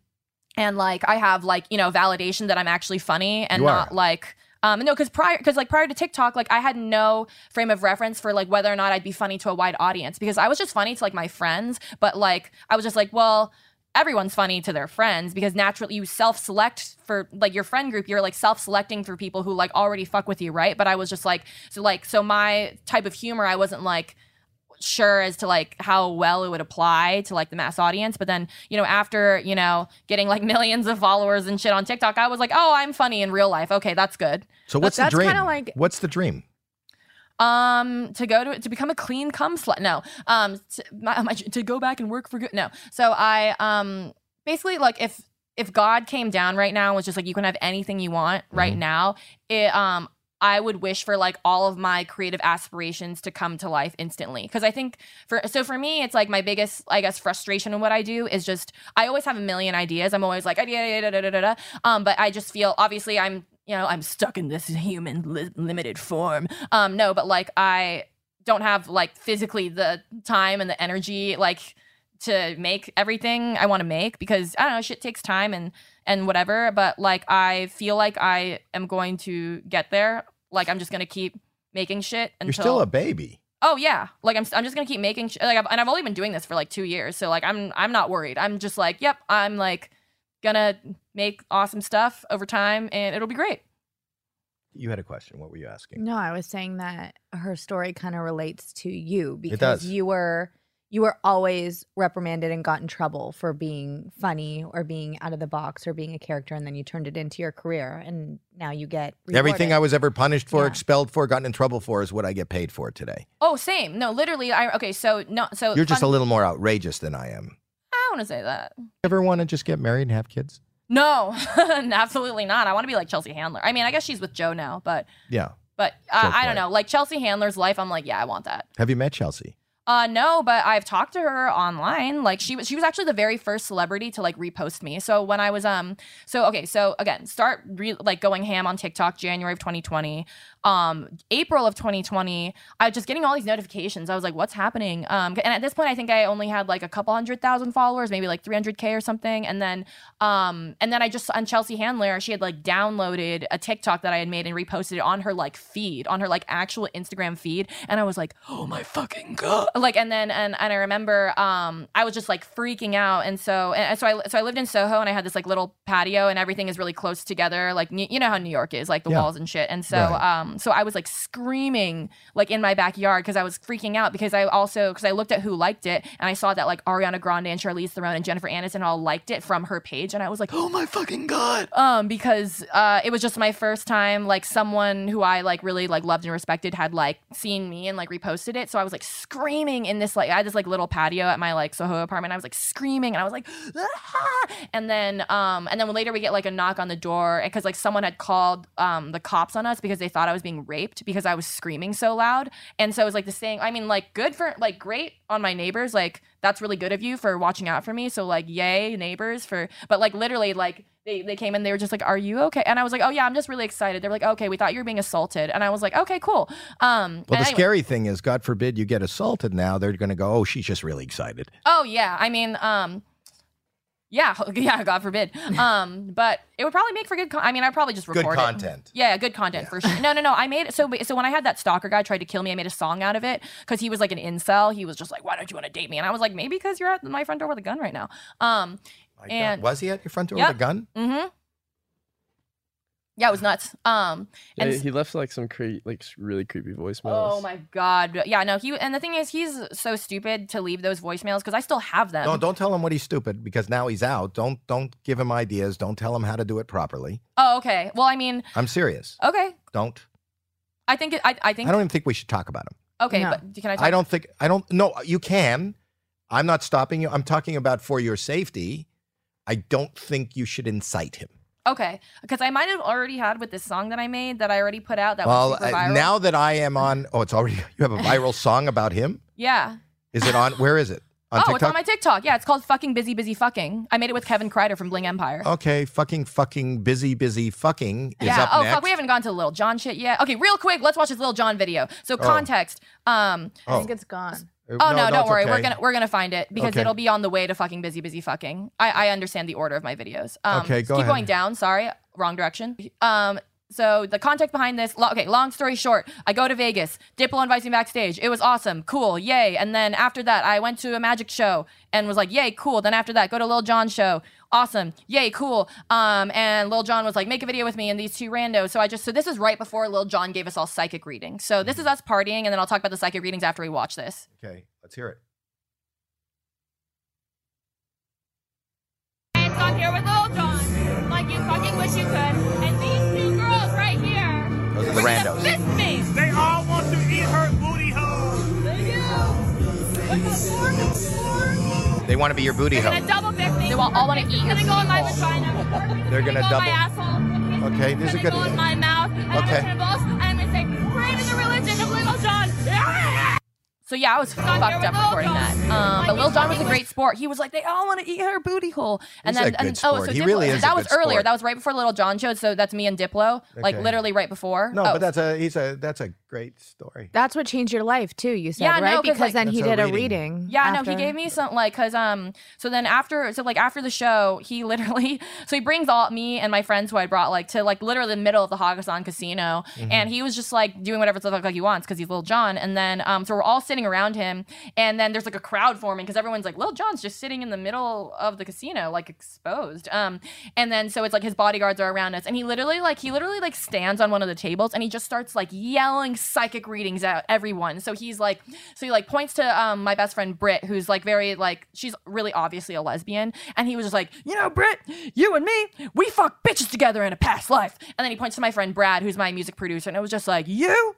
S4: and like I have like you know validation that I'm actually funny and
S1: You are.
S4: not like um no because prior because like prior to TikTok like I had no frame of reference for like whether or not I'd be funny to a wide audience because I was just funny to like my friends but like I was just like well everyone's funny to their friends because naturally you self-select for like your friend group you're like self-selecting for people who like already fuck with you right but I was just like so like so my type of humor I wasn't like sure as to like how well it would apply to like the mass audience but then you know after you know getting like (laughs) millions of followers and shit on tiktok i was like oh i'm funny in real life okay that's good
S1: So what's
S2: that's
S1: the dream?
S2: kinda like-
S1: what's the dream?
S4: um to go to to become a clean cum slut no um to, my, my, to go back and work for good no so i um basically like if if god came down right now and was just like you can have anything you want right now it um I would wish for like all of my creative aspirations to come to life instantly. Cause I think for, so for me, it's like my biggest, I guess, frustration in what I do is just, I always have a million ideas. I'm always like, "Ah, yeah, yeah, da, da, da, da, da." Um, but I just feel, obviously, I'm, you know, I'm stuck in this human li- limited form. Um, no, but like, I don't have like physically the time and the energy, like, to make everything I want to make because I don't know shit takes time and and whatever but like I feel like I am going to get there like I'm just going to keep making shit until
S1: You're still a baby.
S4: Oh yeah, like I'm, I'm just gonna keep making sh- like, I've, and I've only been doing this for like two years, so like I'm, I'm not worried. I'm just like, yep, I'm like gonna make awesome stuff over time, and it'll be great.
S1: You had a question. What were you asking?
S2: No, I was saying that her story kind of relates to you because
S1: does.
S2: you were you were always reprimanded and got in trouble for being funny or being out of the box or being a character and then you turned it into your career and now you get
S1: Everything I was ever punished for,
S2: Yeah.
S1: expelled for, gotten in trouble for is what I get paid for today.
S4: Oh, same. No, literally, I okay. So no, so
S1: You're just a
S4: fun-
S1: little more outrageous than I am.
S4: I want to say that.
S1: Ever want to just get married and have kids?
S4: No, (laughs) absolutely not. I want to be like Chelsea Handler. I mean, I guess she's with Joe now, but
S1: Yeah.
S4: but uh,
S1: Fair
S4: I
S1: point.
S4: don't know. Like Chelsea Handler's life, I'm like, yeah, I want that.
S1: Have you met Chelsea?
S4: Uh, no, but I've talked to her online. Like she was, she was actually the very first celebrity to like repost me. So when I was um, so okay, so again, start re- like going ham on TikTok January of 2020, um, April of 2020. I was just getting all these notifications. I was like, what's happening? Um, and at this point, I think I only had like a couple hundred thousand followers, maybe like 300k or something. And then um, and then I just on Chelsea Handler, she had like downloaded a TikTok that I had made and reposted it on her like feed, on her like actual Instagram feed, and I was like, oh my fucking god, like. And then and and I remember um, I was just like freaking out, and so and so I so I lived in Soho and I had this like little patio and everything is really close together, like New- you know how New York is, like the
S1: Yeah.
S4: walls and shit. And so
S1: Right.
S4: um, so I was like screaming like in my backyard because I was freaking out because I also because I looked at who liked it and I saw that like Ariana Grande and Charlize Theron and Jennifer Aniston all liked it from her page and I was like, oh my fucking god, um, because uh, it was just my first time like someone who I like really like loved and respected had like seen me and like reposted it, so I was like screaming in this like I had this like little patio at my like Soho apartment. I was like screaming and I was like, "Ah!" and then um and then later we get like a knock on the door because like someone had called um the cops on us because they thought I was being raped because I was screaming so loud. And so it was like this thing. I mean, like good for like great on my neighbors. Like that's really good of you for watching out for me. So like yay neighbors for. But like literally like. They, they came in they were just like are you okay and i was like oh yeah i'm just really excited they were like okay we thought you were being assaulted and i was like okay cool um
S1: Well,
S4: and
S1: the
S4: anyway-
S1: scary thing is, God forbid you get assaulted now, they're going to go, oh, she's just really excited.
S4: Oh yeah, I mean, um, yeah, (laughs) yeah, God forbid. Um, but it would probably make for good. Con- I mean, I'd probably just record
S1: Good
S4: it.
S1: content.
S4: Yeah, good content for sure. No, no, no. I made so so when I had that stalker guy tried to kill me, I made a song out of it because he was like an incel. He was just like, "Why don't you want to date me?" And I was like, "Maybe because you're at my front door with a gun right now." Um,
S1: My
S4: And-
S1: God. Was he at your front door
S4: Yep.
S1: with a gun?
S4: mm-hmm. Yeah, it was nuts. Um,
S3: Yeah,
S4: and
S3: he left like some cre- like s- really creepy voicemails.
S4: oh my god, yeah, no, he and the thing is, he's so stupid to leave those voicemails because I still have them.
S1: No, don't tell him what he's stupid because now he's out. Don't don't give him ideas. Don't tell him how to do it properly.
S4: Oh, okay. Well, I mean,
S1: I'm serious.
S4: okay.
S1: Don't.
S4: I think it, I, I
S1: I
S4: think
S1: don't even think we should talk about him.
S4: Okay,
S2: No.
S4: but can I talk?
S1: I don't think I don't. No, you can. I'm not stopping you. I'm talking about for your safety. I don't think you should incite him.
S4: okay, because I might have already had with this song that I made that I already put out that
S1: well,
S4: was super
S1: uh,
S4: viral.
S1: now that I am on, oh, it's already. (laughs) You have a viral song about him.
S4: yeah.
S1: Is it on? Where is it? On
S4: oh,
S1: TikTok.
S4: it's on my TikTok. Yeah, it's called "Fucking Busy Busy Fucking." I made it with Kevin Kreider from Bling Empire.
S1: okay, fucking, fucking, busy, busy, fucking Oh, is
S4: yeah.
S1: up
S4: oh
S1: next.
S4: fuck, we haven't gone to Little John shit yet. Okay, real quick, let's watch this Little John video. So context. Um.
S2: I think it's gone.
S1: Oh,
S4: Oh no, don't
S1: it's
S4: worry. We're
S1: okay.
S4: gonna we're gonna find it because
S1: Okay.
S4: it'll be on the way to fucking busy busy fucking. I, I understand the order of my videos. Um,
S1: Okay,
S4: just
S1: go
S4: keep
S1: ahead.
S4: going down. Sorry, wrong direction. Um, so the context behind this. lo- Okay, long story short, I go to Vegas. Diplo invites me backstage. It was awesome, cool, yay. And then after that, I went to a magic show and was like, yay, cool. Then after that, go to Lil Jon's show. Awesome, yay, cool. Um, and Lil Jon was like, make a video with me and these two randos. So I just so this is right before Lil Jon gave us all psychic readings. So
S1: Mm-hmm.
S4: this is us partying, and then I'll talk about the psychic readings after we watch this.
S1: Okay, let's hear it.
S5: It's on here with Lil Jon, like you fucking wish you could. And these two girls right here,
S1: Those are the randos.
S5: fist me.
S6: They all want to eat her booty hole.
S5: They do. What's up, four? Four?
S1: They want to be your booty
S5: They're
S1: hole.
S5: gonna double fist me.
S4: They will all wanna
S5: This
S4: eat
S5: is gonna
S4: your
S5: go in my
S4: booty
S5: vagina.
S1: They're
S5: This is
S1: gonna
S5: go in
S1: double-
S5: My asshole.
S1: Okay, this is
S5: It's
S1: good.
S5: gonna Go in my mouth. And I'm
S1: Okay.
S5: gonna convulse, and I'm gonna say, pray to the religion of Little John.
S4: So yeah, I was fucked up recording that. Um, but Lil Jon was a great sport. He was like, they all want to eat her booty hole. And
S1: He's
S4: then,
S1: a good
S4: and, oh, so
S1: sport. He
S4: Diplo-
S1: really is a
S4: that was
S1: good
S4: earlier.
S1: sport.
S4: That was right before Little John showed. So that's me and Diplo, like
S1: Okay.
S4: literally right before.
S1: No,
S4: Oh,
S1: but that's a he's a that's a great story.
S2: That's what changed your life too. You said
S4: Yeah, no,
S2: right
S4: 'cause,
S2: because
S4: like-
S2: then he
S1: That's a
S2: did a
S1: reading.
S2: reading.
S4: Yeah, no,
S2: after.
S4: he gave me some like cause um so then after so like after the show, he (laughs) literally so he brings all me and my friends who I brought like to like literally the middle of the Hagasan casino and he was just like doing whatever the fuck like he wants because he's Lil John and then um so we're all sitting around him and then there's like a crowd forming because everyone's like Lil John's just sitting in the middle of the casino like exposed. Um and then so it's like his bodyguards are around us and he literally like he literally like stands on one of the tables and he just starts like yelling psychic readings at everyone. So he's like so he like points to um my best friend Britt, who's like very like she's really obviously a lesbian, and he was just like, you know, Britt, you and me, we fuck bitches together in a past life. And then he points to my friend Brad, who's my music producer, and it was just like, you.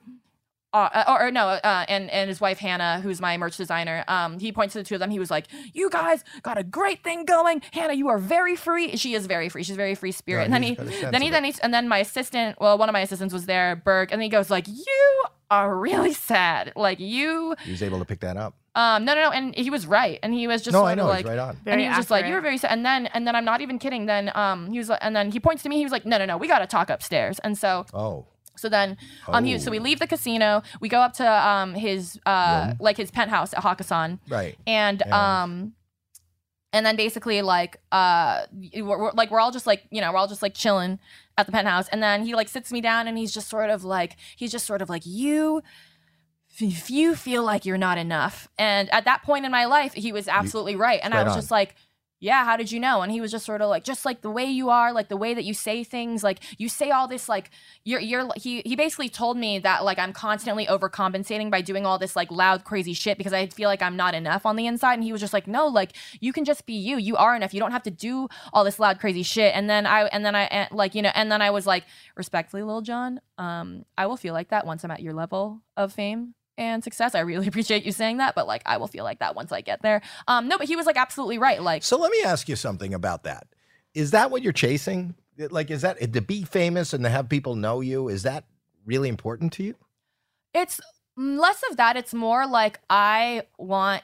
S4: Uh, or, or no, uh, and and his wife Hannah, who's my merch designer. Um, he points to the two of them. He was like, "You guys got a great thing going, Hannah. You are very free. She is very free. She's very free spirit."
S1: Yeah,
S4: and then
S1: he's
S4: he,
S1: got a sense
S4: then he,
S1: of it.
S4: then he, and then my assistant. Well, one of my assistants was there, Burke, and he goes like, "You are really sad. Like you
S1: He was able to pick that up.
S4: Um, no, no, no, and he was right, and he was just
S1: no,
S4: sort
S1: I
S4: of
S1: know.
S4: like,
S1: he's right on.
S4: and he was just like, "You were very," sad. and then and then I'm not even kidding. Then um, he was, like, and then he points to me. He was like, "No, no, no, we got to talk upstairs." And so
S1: Oh,
S4: so then um, he, so we
S1: Oh.
S4: leave the casino. We go up to um his uh
S1: Room?
S4: like his penthouse at Hakkasan,
S1: right.
S4: and
S1: Yeah.
S4: um and then basically like uh we're, we're- like we're all just like you know we're all just like chilling at the penthouse and then he like sits me down and he's just sort of like he's just sort of like you if you feel like you're not enough and at that point in my life he was absolutely right and i
S1: right
S4: was
S1: on.
S4: just like yeah how did you know and he was just sort of like just like the way you are like the way that you say things like you say all this like you're you're he he basically told me that like i'm constantly overcompensating by doing all this like loud crazy shit because i feel like i'm not enough on the inside and he was just like no like you can just be you you are enough you don't have to do all this loud crazy shit and then i and then i and, like you know and then i was like respectfully lil john um i will feel like that once i'm at your level of fame and success i really (laughs) appreciate you saying that but like i will feel like that once i get there um no but he was like absolutely right like
S1: So let me ask you something about that. Is that what you're chasing? Like, is that to be famous and to have people know you? Is that really important to you?
S4: it's mm, less of that it's more like i want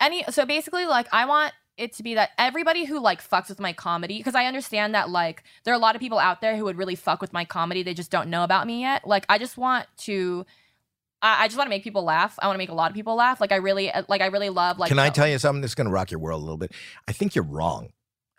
S4: any so basically like i want it to be that everybody who like fucks with my comedy because i understand that like there are a lot of people out there who would really fuck with my comedy they just don't know about me yet like i just want to i, I just want to make people laugh i want to make a lot of people laugh like i really uh, like i really love like
S1: Can I
S4: the-
S1: tell you something that's going to rock your world a little bit? I think you're wrong.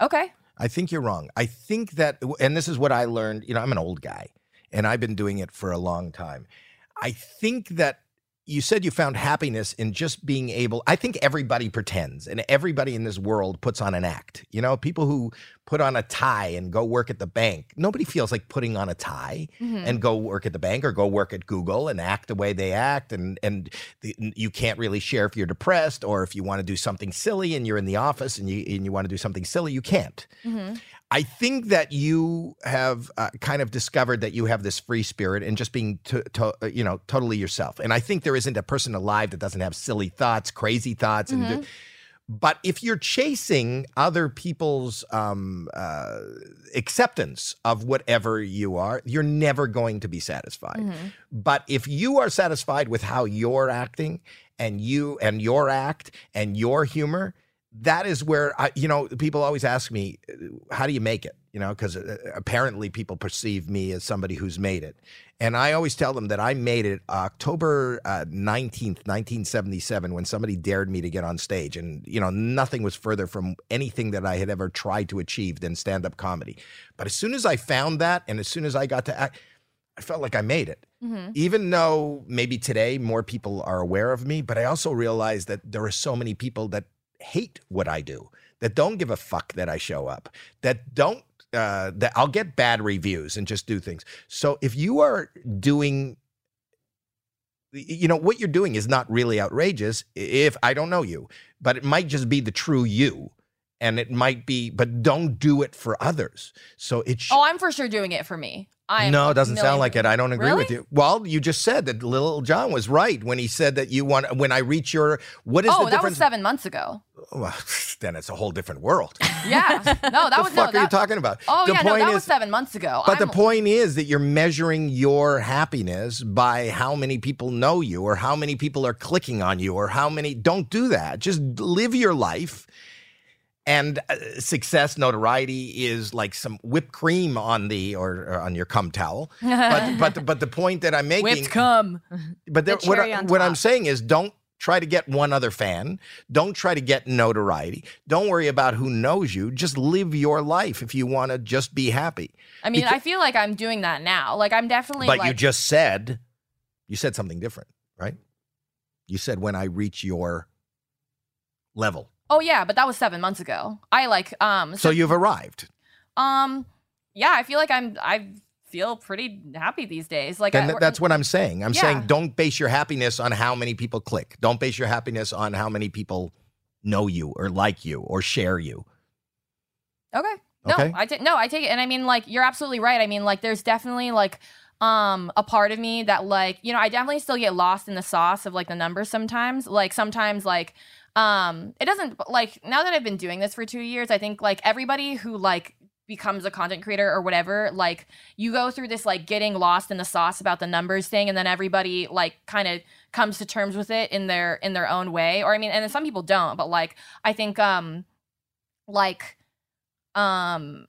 S4: okay
S1: I think you're wrong. I think that, and this is what I learned. You know, I'm an old guy and I've been doing it for a long time. I think that you said you found happiness in just being able, I think everybody pretends and everybody in this world puts on an act. You know, people who put on a tie and go work at the bank, nobody feels like putting on a tie
S4: Mhm.
S1: and go work at the bank or go work at Google and act the way they act and and the, you can't really share if you're depressed or if you want to do something silly and you're in the office and you and you want to do something silly you can't.
S4: Mhm.
S1: I think that you have uh, kind of discovered that you have this free spirit and just being to, to, uh, you know totally yourself. And I think there isn't a person alive that doesn't have silly thoughts, crazy thoughts, and. do- but if you're chasing other people's um, uh, acceptance of whatever you are, you're never going to be satisfied. But if you are satisfied with how you're acting and you and your act and your humor, that is where I, you know, people always ask me, uh, how do you make it? You know, because apparently people perceive me as somebody who's made it. And I always tell them that I made it October uh, 19th, 1977, when somebody dared me to get on stage. And, you know, nothing was further from anything that I had ever tried to achieve than stand up comedy. But as soon as I found that and as soon as I got to act, I felt like I made it.
S4: Mm-hmm.
S1: Even though maybe today more people are aware of me, but I also realized that there are so many people that hate what I do, that don't give a fuck that I show up, that don't, uh, that I'll get bad reviews and just do things. So if you are doing, you know, what you're doing is not really outrageous if I don't know you, but it might just be the true you. And it might be, but don't do it for others. So it should
S4: oh i'm for sure doing it for me i am
S1: no,
S4: a
S1: it doesn't sound
S4: million-
S1: like it. I don't agree with
S4: Really?
S1: you. Well, you just said that Little John was right when he said that you want when I reach your what is the
S4: oh that was
S1: difference?
S4: seven months ago
S1: Well, (laughs) then it's a whole different world. What
S4: yeah no that
S1: the
S4: was
S1: fuck
S4: no
S1: are
S4: that,
S1: you talking about?
S4: oh
S1: the
S4: yeah no
S1: point
S4: that
S1: is,
S4: was seven months ago
S1: but
S4: I'm-
S1: the point is that you're measuring your happiness by how many people know you or how many people are clicking on you or how many don't do that. Just live your life. And uh, success, notoriety is like some whipped cream on the or, or on your cum towel.
S4: (laughs)
S1: But but but the point that I'm making
S4: whipped cum
S1: but there,
S2: The
S1: what,
S2: cherry
S1: I,
S2: on
S1: what I'm
S2: top.
S1: saying is don't try to get one other fan. Don't try to get notoriety. Don't worry about who knows you. Just live your life if you want to just be happy.
S4: I mean,
S1: Because-
S4: I feel like I'm doing that now. Like I'm definitely
S1: but
S4: like
S1: you just said, you said something different, right? You said when I reach your level.
S4: Oh yeah, but that was 7 months ago. I like um
S1: So
S4: so,
S1: you've arrived.
S4: um yeah, I feel like I'm I feel pretty happy these days. Like I,
S1: Then
S4: we're-
S1: th- that's what I'm saying. I'm saying
S4: Yeah.
S1: don't base your happiness on how many people click. Don't base your happiness on how many people know you or like you or share you.
S4: Okay. No,
S1: Okay.
S4: I take no, I take it. And I mean, like, you're absolutely right. I mean, like, there's definitely like um a part of me that like, you know, I definitely still get lost in the sauce of like the numbers sometimes. Like sometimes like um it doesn't like now that I've been doing this for two years, I think like everybody who like becomes a content creator or whatever like you go through this like getting lost in the sauce about the numbers thing and then everybody like kind of comes to terms with it in their in their own way or i mean and then some people don't but like i think um like um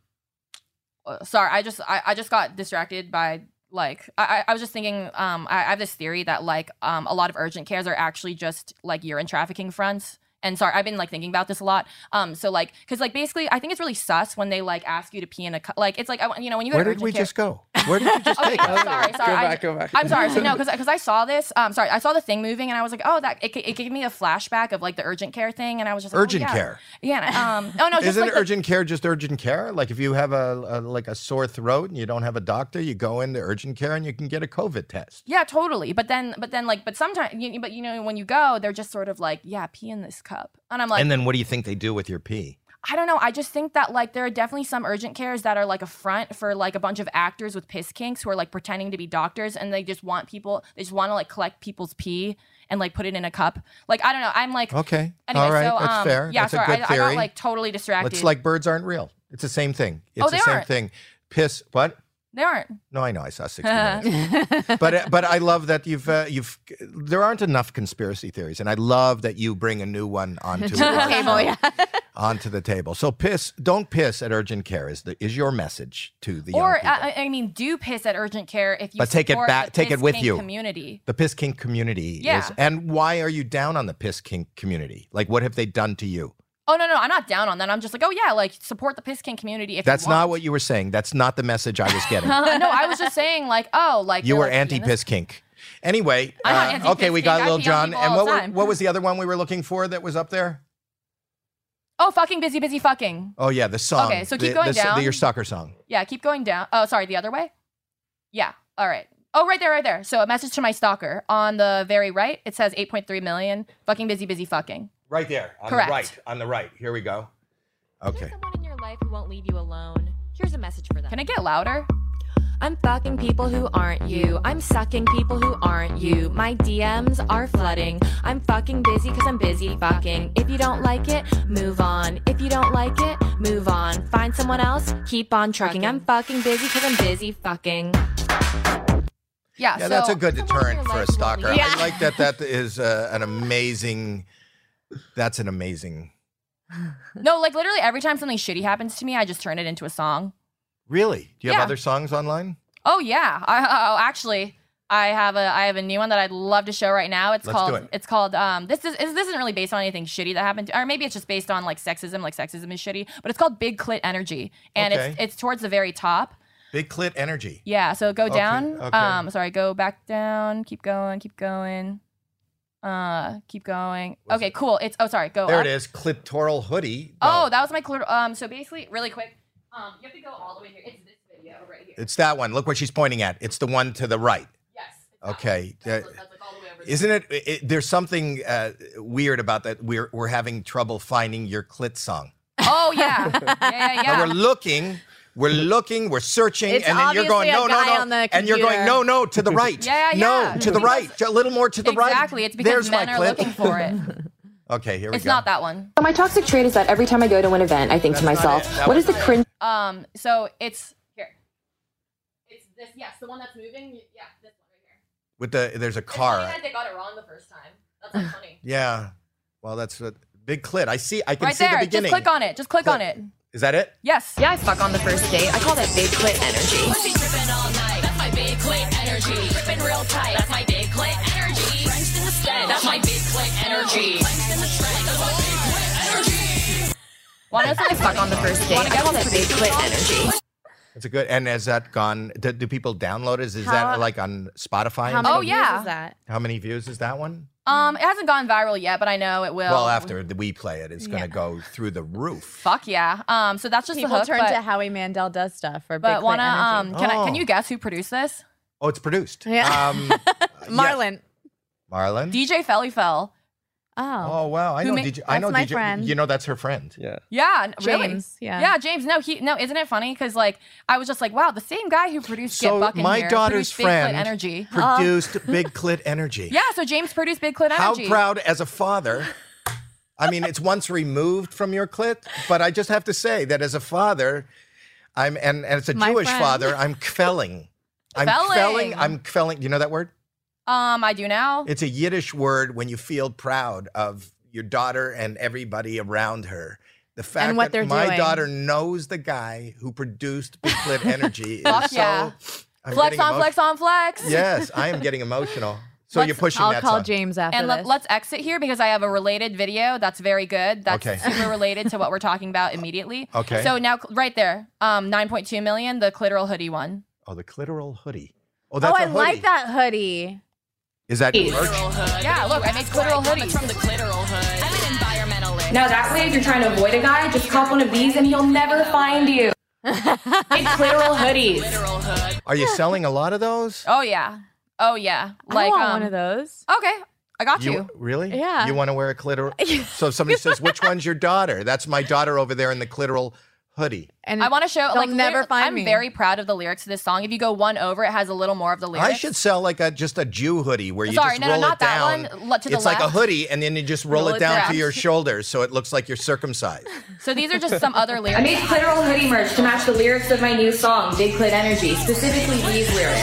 S4: uh, sorry i just I, I just got distracted by like I, I I was just thinking um I, I have this theory that like um a lot of urgent cares are actually just like urine trafficking fronts and sorry i've been like thinking about this a lot um so like because like basically i think it's really sus when they like ask you to pee in a cu- like it's like I, you know when you go
S1: Where
S4: to
S1: did
S4: urgent
S1: we
S4: care-
S1: just
S4: (laughs)
S1: go? Where did you just
S4: Okay,
S1: take
S4: I'm
S3: Oh,
S1: us?
S4: sorry, sorry.
S7: Go
S4: I-
S7: back, go back.
S4: I'm sorry. So, no,
S1: (laughs)
S3: (laughs)
S4: because I saw this. Um, sorry, I saw the thing moving, and I was like, oh, that it, g- it gave me a flashback of like the urgent care thing, and I was just like, oh,
S1: Urgent
S4: yeah.
S1: care.
S4: Yeah. and I- Um.
S1: (laughs)
S4: Oh no. Just
S1: Isn't
S4: like the-
S1: urgent care just urgent care? Like if you have a, a like a sore throat and you don't have a doctor, you go into urgent care and you can get a COVID test.
S4: Yeah, totally. But then, but then, like, but sometimes, you, but you know, when you go, they're just sort of like, yeah, pee in this cup, and I'm like,
S1: and then what do you think they do with your pee?
S4: I don't know. I just think that like there are definitely some urgent cares that are like a front for like a bunch of actors with piss kinks who are like pretending to be doctors and they just want people they just want to like collect people's pee and like put it in a cup. Like I don't know. I'm like
S1: Okay.
S4: Anyway,
S1: All right.
S4: so,
S1: That's
S4: um,
S1: fair.
S4: Yeah,
S1: That's a
S4: sorry,
S1: good
S4: I, I got
S1: theory.
S4: like totally distracted.
S1: It's like birds aren't real. It's the same thing. It's
S4: they
S1: the same
S4: aren't.
S1: thing. Piss. What?
S4: they aren't.
S1: No, I know. I saw 60 minutes. but but I love that you've uh, you've there aren't enough conspiracy theories, and I love that you bring a new one
S4: (laughs)
S1: onto our show,
S2: Cable, yeah.
S1: onto the table. So piss. Don't piss at urgent care. Is the, is your message to the young
S4: Or uh,
S1: people.
S4: I, I- I mean, do piss at urgent care if you
S1: But take it
S4: support
S1: back-
S4: the
S1: take it
S4: piss
S1: with
S4: kink
S1: you.
S4: community.
S1: the piss kink community
S4: Yeah.
S1: is and why are you down on the piss kink community like what have they done to you
S4: Oh no, no, I'm not down on that. I'm just like, oh yeah, like support the piss kink community. If
S1: that's
S4: you want. Uh,
S1: not what you were saying that's not the message i was
S4: (laughs)
S1: getting
S4: no, I was just saying like, oh, like
S1: you
S4: they're,
S1: were
S4: like, pee in
S1: anti
S4: this
S1: piss kink anyway
S4: I'm not
S1: uh,
S4: anti-piss
S1: okay we
S4: kink.
S1: got
S4: I
S1: lil
S4: pee on
S1: john
S4: people
S1: and
S4: all
S1: what,
S4: the
S1: were-
S4: time.
S1: what was the other one we were looking for that was up there
S4: Oh, fucking busy, busy, fucking.
S1: oh yeah the song
S4: Okay, so keep
S1: the,
S4: going
S1: the, the-
S4: down.
S1: your stalker song
S4: Yeah, keep going down. Oh, sorry, the other way. Yeah. All right. Oh, right there, right there. So a message to my stalker on the very right. It says 8.3 million. Fucking busy, busy, fucking.
S1: right there on
S4: Correct.
S1: the right on the right here we go okay
S8: There's someone in your life who won't leave you alone. Here's a message for them.
S4: Can it get louder?
S8: I'm fucking people who aren't you. I'm sucking people who aren't you. My DMs are flooding. I'm fucking busy because I'm busy fucking. If you don't like it, move on. If you don't like it, move on. Find someone else, keep on trucking. I'm fucking busy because I'm busy fucking.
S1: yeah
S4: Yeah. so,
S1: that's a good
S8: Someone in your
S1: deterrent for a
S8: life won't
S1: stalker
S8: leave you.
S1: i like that that is uh, an amazing that's an amazing
S4: No, like literally every time something shitty happens to me, I just turn it into a song.
S1: really do you have
S4: Yeah.
S1: other songs online
S4: Oh yeah. I, (laughs) oh, actually, I have a I have a new one that I'd love to show right now. It's
S1: Let's do
S4: called
S1: it.
S4: it's called um this is this isn't really based on anything shitty that happened to, or maybe it's just based on like sexism, like sexism is shitty, but it's called Big Clit Energy and
S1: Okay.
S4: it's it's towards the very top.
S1: Big clit energy.
S4: Yeah, so go
S1: Okay,
S4: down.
S1: okay.
S4: Um sorry, go back down, keep going, keep going. Uh keep going.
S1: Was
S4: okay,
S1: it-
S4: cool. It's oh sorry, go
S1: There
S4: up.
S1: it is, clitoral hoodie.
S4: Oh,
S1: No,
S4: that was my clear um so basically really quick. Um you have to go all the way here. It's this video right here.
S1: it's that one. Look what she's pointing at. It's the one to the right.
S4: yes. it's that
S1: Okay.
S4: one. That's,
S1: Uh,
S4: that's, like, all the way over there.
S1: Isn't it, it there's something uh, weird about that we're we're having trouble finding your clit song.
S4: Oh
S1: (laughs)
S4: yeah. Yeah, yeah,
S1: And
S4: yeah.
S1: we're looking, we're looking, we're searching
S2: It's
S1: and then you're going no no
S2: obviously a guy
S1: no
S2: on the
S1: and you're going
S2: computer.
S1: no no to the right.
S4: (laughs) Yeah, yeah,
S1: no,
S4: yeah.
S1: to the right. A little more to the right.
S4: Exactly. It's because
S1: There's
S4: men
S1: my
S4: are
S1: clit.
S4: looking for it.
S1: (laughs) Okay, here we
S4: it's
S1: go.
S4: not that one.
S9: So my toxic trait is that every time I go to an event, I think to
S1: That's not
S9: myself,
S1: it. That
S9: what is the
S1: wasn't
S9: cringe?
S1: it.
S4: Um so it's here. It's this yes, the one that's moving. Yeah, this one right here.
S1: With the there's a
S4: It's
S1: car.
S4: funny that they got it wrong the first time. That's like
S1: (laughs)
S4: funny.
S1: Yeah. Well, that's what big clit. I see I can
S4: right
S1: see
S4: there.
S1: the beginning.
S4: Just click on it. Just click
S1: Click.
S4: on it.
S1: Is that it?
S4: Yes.
S8: Yeah, I fuck on the first date. I call that big clit energy.
S4: Want to fuck on the first date?
S8: I call that big clit energy.
S1: That's a good. And has that gone? Do, do people download it? Is that like on Spotify?
S2: How many
S4: Oh,
S2: views
S4: yeah.
S2: is that?
S1: How many views is that one?
S4: Um, it hasn't gone viral yet, but I know it will.
S1: Mm. well, after the, we play it, it's going to go through the roof.
S4: Fuck yeah. Um, so that's just
S2: People
S4: the hook.
S2: turn
S4: but
S2: to Howie Mandel does stuff for
S4: but
S2: big
S4: wanna
S2: clit
S4: um,
S2: energy.
S4: can I, can
S1: Oh.
S4: you guess who produced this?
S1: Oh, it's produced.
S2: Yeah.
S4: (laughs)
S1: Um, uh, yes.
S2: Marlon.
S1: Marlon.
S4: DJ Fellyfell.
S2: Oh,
S1: oh wow, I
S4: Who
S1: know.
S4: ma-
S1: DJ, I
S2: that's
S1: know
S2: my
S1: DJ.
S2: friend.
S1: You know that's her friend.
S7: Yeah.
S4: Yeah, n- really.
S2: James. Yeah.
S4: Yeah, James. No, he no. Isn't it funny? Because like I was just like, wow, the same guy who produced Get
S1: So
S4: Buck in
S1: my
S4: Here
S1: daughter's
S4: produced Big Clit
S1: friend-
S4: Energy. (laughs)
S1: Produced Big Clit Energy.
S4: Um, Yeah, so James produced Big Clit
S1: How
S4: Energy.
S1: proud as a father. I mean, it's once removed from your clit, but I just have to say that as a father, I'm and, and it's a
S2: My
S1: Jewish
S2: friend.
S1: father. I'm quelling. I'm quelling.
S4: Quelling.
S1: I'm quelling. Do you know that word?
S4: Um, I do now.
S1: It's a Yiddish word when you feel proud of your daughter and everybody around her. The fact
S2: what
S1: that
S2: they're
S1: my
S2: doing.
S1: daughter knows the guy who produced Big Clit Energy is
S4: Fuck
S1: so.
S4: yeah.
S1: I'm
S4: flex
S1: getting
S4: on
S1: emo-
S4: flex on flex.
S1: Yes, I am getting emotional. So
S2: Let's-
S1: you're pushing
S2: I'll
S1: that
S2: call
S1: song.
S2: James after
S4: And
S2: this.
S4: let, let's exit here because I have a related video that's very good. That's
S1: Okay. (laughs)
S4: super related to what we're talking about immediately.
S1: Okay.
S4: So now, cl- right there, um, 9.2 million, the clitoral hoodie one.
S1: Oh, the clitoral hoodie. Oh,
S2: oh,
S1: that's a
S2: I
S1: hoodie.
S2: like that hoodie.
S1: Is that merch?
S4: Yeah, look, I make clitoral hoodies.
S8: Now that way, if you're trying to avoid a guy, just cop one of these and he'll never find you. Big clitoral hoodies.
S1: Are you selling a lot of those?
S4: Oh yeah, oh yeah.
S2: I
S4: Like
S2: want
S4: um,
S2: one of those.
S4: Okay, I got you.
S1: really?
S2: Yeah.
S1: You want to wear a
S4: (laughs)
S1: clitoral? so if somebody says, "Which one's your daughter?" That's my daughter over there in the clitoral hoodie.
S2: And
S4: I want to show.
S2: They'll
S4: like,
S2: never
S4: lyri-
S2: find
S4: I'm
S2: me.
S4: very proud of the lyrics to this song. If you go one over, it has a little more of the lyrics.
S1: I should sell like a just a Jew hoodie where you
S4: Sorry,
S1: just
S4: no, no,
S1: roll it
S4: not that
S1: down.
S4: one. Le- to the
S1: it's like a
S4: left.
S1: hoodie, and then you just roll, it down to your shoulders so it looks like you're circumcised.
S4: So these are just
S1: (laughs)
S4: some other lyrics.
S8: I made clitoral hoodie merch to match the lyrics of my new song, Big Clit Energy, specifically these lyrics.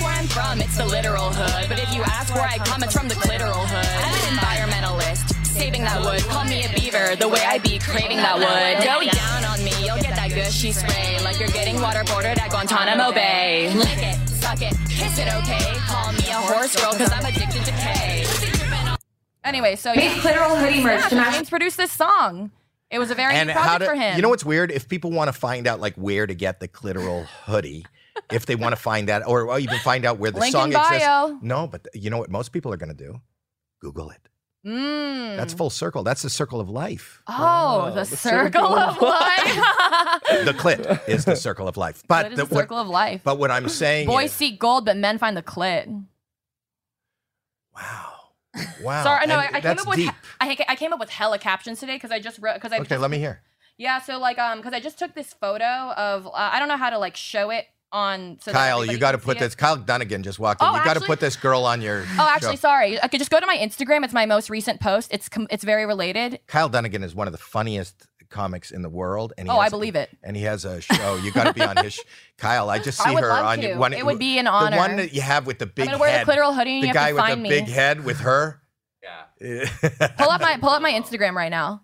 S5: Where I'm from, it's the literal hood. But if you ask where I come, it's from the clitoral hood. I'm an environmentalist, saving that wood. Call me a beaver, the way I be craving that wood. Go down on me, you'll get that gushy spray. Like you're getting waterboarded at Guantanamo Bay. Lick it, suck it, kiss it okay. Call me a horse girl, cause I'm addicted to K.
S4: Anyway, so
S8: Made
S4: yeah,
S8: clitoral hoodie merch to
S4: yeah,
S8: match.
S4: James produced this song. It was a very
S1: and
S4: good
S1: how
S4: project
S1: to?
S4: for him.
S1: You know what's weird? If people want to find out like where to get the clitoral hoodie. If they want to find that, or well, even find out where the
S4: Link
S1: song
S4: in bio.
S1: exists. No, but you know what most people are going to do? Google it.
S4: Mm.
S1: That's full circle. That's the circle of life.
S4: Oh, the, circle, of life.
S1: (laughs) the clit is the circle of life. But
S4: That is
S1: the,
S4: the circle
S1: what,
S4: of life.
S1: but what I'm saying
S4: Boys
S1: is,
S4: seek gold, but men find the clit. (laughs)
S1: wow, wow.
S4: Sorry, no,
S1: and
S4: I, I came
S1: that's
S4: up with (laughs)
S1: deep.
S4: I, ca- I came up with hella captions today because I just wrote because I
S1: okay, let me hear.
S4: yeah so like um because I just took this photo of uh, I don't know how to like show it on so that
S1: Kyle,
S4: everybody
S1: you got to
S4: can see
S1: put
S4: it.
S1: this. Kyle Dunnigan just walked in.
S4: Oh,
S1: you got to
S4: actually-
S1: put this girl on your.
S4: Oh, actually,
S1: show.
S4: sorry. I could just go to my Instagram. It's my most recent post. It's com- it's very related.
S1: Kyle Dunnigan is one of the funniest comics in the world, and he
S4: Oh, I
S1: has-
S4: believe it.
S1: And he has a show. You got to be on his.
S4: (laughs)
S1: sh- Kyle, I just
S4: I
S1: see
S4: would
S1: her
S4: love
S1: on
S4: to.
S1: one.
S4: It would be an
S1: The
S4: honor.
S1: one that you have with the big.
S4: gonna wear the
S1: head,
S4: clitoral hoodie and
S1: the
S4: you have to
S1: guy with
S4: find
S1: the
S4: me.
S1: big head with her.
S3: Yeah.
S1: (laughs)
S4: Pull up my pull up my Instagram right now.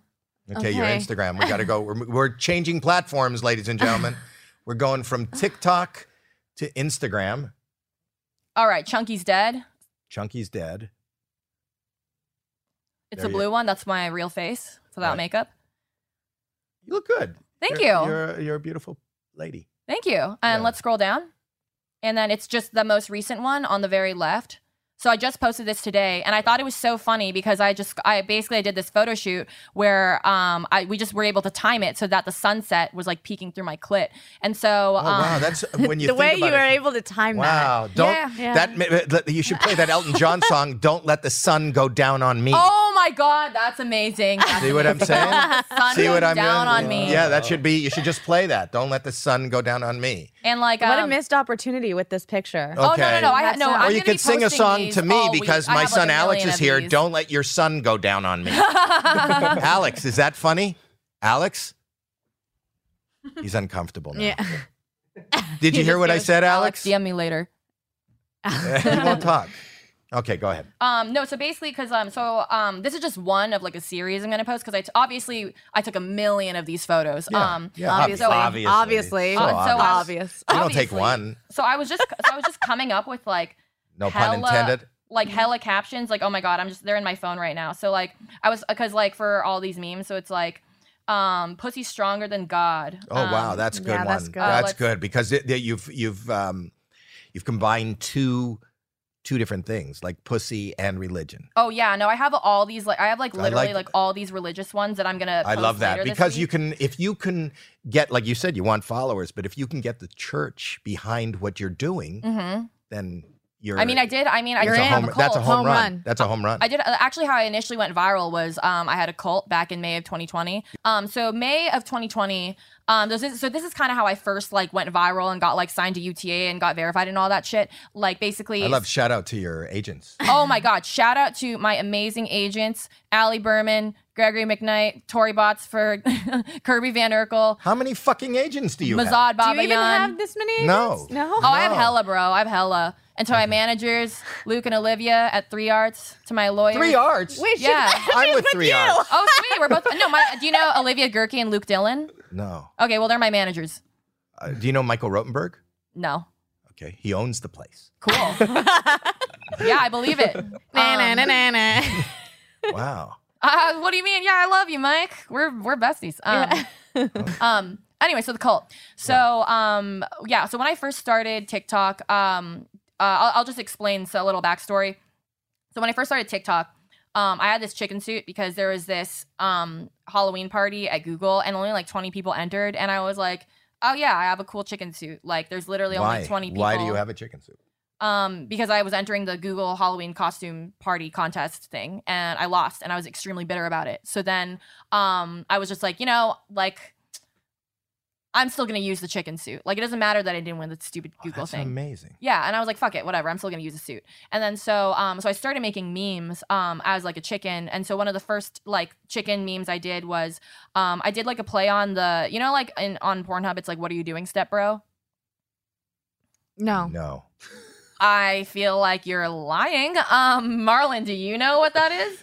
S1: Okay, your
S2: Okay.
S1: Instagram. We got to
S4: (laughs)
S1: go. We're, we're changing platforms, ladies and gentlemen. we're going from TikTok to Instagram.
S4: All right, Chunky's dead.
S1: Chunky's dead.
S4: It's
S1: There
S4: a
S1: you-
S4: blue one. That's my real face without
S1: Right.
S4: makeup.
S1: You look good.
S4: Thank
S1: You're-
S4: you.
S1: You're, you're a beautiful lady.
S4: Thank you. And
S1: Yeah.
S4: let's scroll down. And then it's just the most recent one on the very left. So I just posted this today and I thought it was so funny because I just I basically I did this photo shoot where um I we just were able to time it so that the sunset was like peeking through my clit. And so
S1: Oh,
S4: um,
S1: wow, that's
S4: (laughs)
S1: when you
S2: the
S1: think
S2: way you
S1: about
S2: were
S1: it-
S2: able to time that.
S1: Wow, don't
S4: Yeah.
S2: Yeah.
S1: that ma- that- you should play that Elton John song "Don't Let the Sun Go Down on Me."
S4: Oh my god, that's amazing.
S1: (laughs)
S4: That's (laughs)
S1: See what I'm
S4: amazing.
S1: saying?
S4: Sun
S1: See what
S4: goes
S1: I'm
S4: down
S1: doing?
S4: on me.
S1: Yeah, that should be. You should just play that. Don't let the sun go down on me.
S4: And like
S2: What a
S4: um,
S2: missed opportunity with this picture.
S1: Oh,
S4: Oh no no
S1: Okay.
S4: no! I no.
S2: Or
S4: I'm
S1: or you
S4: gonna be
S1: could sing a
S4: posting
S1: song
S4: these
S1: to me
S4: all week.
S1: because
S4: I
S1: my
S4: have, like,
S1: son
S4: a
S1: Alex
S4: million
S1: is
S4: of
S1: here.
S4: these. (laughs)
S1: Don't (laughs) let your son go down on me. Alex, is that funny? Alex? He's uncomfortable now.
S2: Yeah.
S1: Did you
S4: (laughs) He
S1: hear
S4: just
S1: what I
S4: goes,
S1: said, Alex?
S4: DM me later.
S1: (laughs) he won't talk. Okay, go ahead.
S4: Um, no, so basically, because um, so um, this is just one of like a series I'm gonna post because I t- obviously I took a million of these photos.
S1: Yeah,
S4: Um,
S1: yeah,
S2: obviously.
S1: obviously.
S2: Obviously.
S1: So
S4: Uh, so
S1: obvious.
S4: I-
S2: obvious.
S1: You don't take
S4: obviously.
S1: one.
S4: So I was just so I was just coming up with like
S1: No pun intended.
S4: Like hella captions, like oh my god, I'm just they're in my phone right now. So like I was because like for all these memes, so it's like, um, pussy stronger than God.
S1: Oh wow,
S4: Um,
S1: that's a good
S2: yeah,
S1: one.
S2: that's
S1: That's good,
S2: good.
S4: Uh, let's-
S1: because it, that you've you've um, you've combined two two different things like pussy and religion.
S4: Oh yeah, no, I have all these like I have like
S1: I
S4: literally
S1: like-
S4: like, all these religious ones that I'm gonna.
S1: I
S4: post
S1: love that
S4: later this
S1: because you
S4: week.
S1: can, if you can get, like you said, you want followers, but if you can get the church behind what you're doing,
S4: Mhm.
S1: then you're.
S4: I mean, I did. I mean, I
S1: That's
S4: did
S1: a
S4: have
S1: home.
S4: a cult.
S1: that's a home,
S2: Home
S1: run.
S2: run.
S1: That's a home run.
S4: I did uh, actually. How I initially went viral was um, I had a cult back in May of 2020. Um, so May of 2020. Um, this is, so this is kind of how I first like went viral and got like signed to UTA and got verified and all that shit. Like basically,
S1: I love shout out to your agents.
S4: oh my god! Shout out to my amazing agents, Allie Berman, Gregory McKnight, Tory Bots for (laughs) Kirby Van Urkel,
S1: How many fucking agents do you have?
S4: Mazad
S2: Do you
S4: Babayan.
S2: even have this many?
S1: No.
S2: agents? No.
S4: oh, I have hella, bro. I have hella. And to my managers, Luke and Olivia at Three Arts, to my lawyers.
S1: Three arts.
S2: Wait, she's-
S4: Yeah.
S1: I'm with three arts.
S4: Oh, sweet. We're both. No, my, do you know Olivia Gurkey and Luke Dillon?
S1: No.
S4: Okay, well, they're my managers.
S1: Uh, do you know Michael Rotenberg?
S4: No.
S1: Okay, he owns the place.
S4: Cool. yeah, I believe it.
S2: Na,
S4: Um,
S2: na, na, na, na.
S4: (laughs)
S1: Wow.
S4: Uh, what do you mean? Yeah, I love you, Mike. We're we're besties. Um,
S1: (laughs)
S4: um anyway, so the cult. So um yeah, so when I first started TikTok, um uh, I'll, I'll just explain so a little backstory. So when I first started TikTok, um I had this chicken suit because there was this um Halloween party at Google and only like 20 people entered and I was like, "Oh yeah, I have a cool chicken suit." Like there's literally
S1: Why?
S4: only 20 people
S1: Why do you have a chicken soup?
S4: um, because I was entering the Google Halloween costume party contest thing and I lost and I was extremely bitter about it. So then um, I was just like, you know, like I'm still going to use the chicken suit. Like it doesn't matter that I didn't win the stupid Google
S1: Oh, That's
S4: thing.
S1: amazing.
S4: Yeah, and I was like, "Fuck it, whatever. I'm still gonna use a suit." And then so, um, so I started making memes, um, as like a chicken. And so one of the first like chicken memes I did was, um, I did like a play on the, you know, like in on Pornhub, it's like, "What are you doing, step bro?"
S2: No.
S4: Oh,
S1: No. Oh,
S4: I feel like you're lying. Um, Marlon, do you know what that is?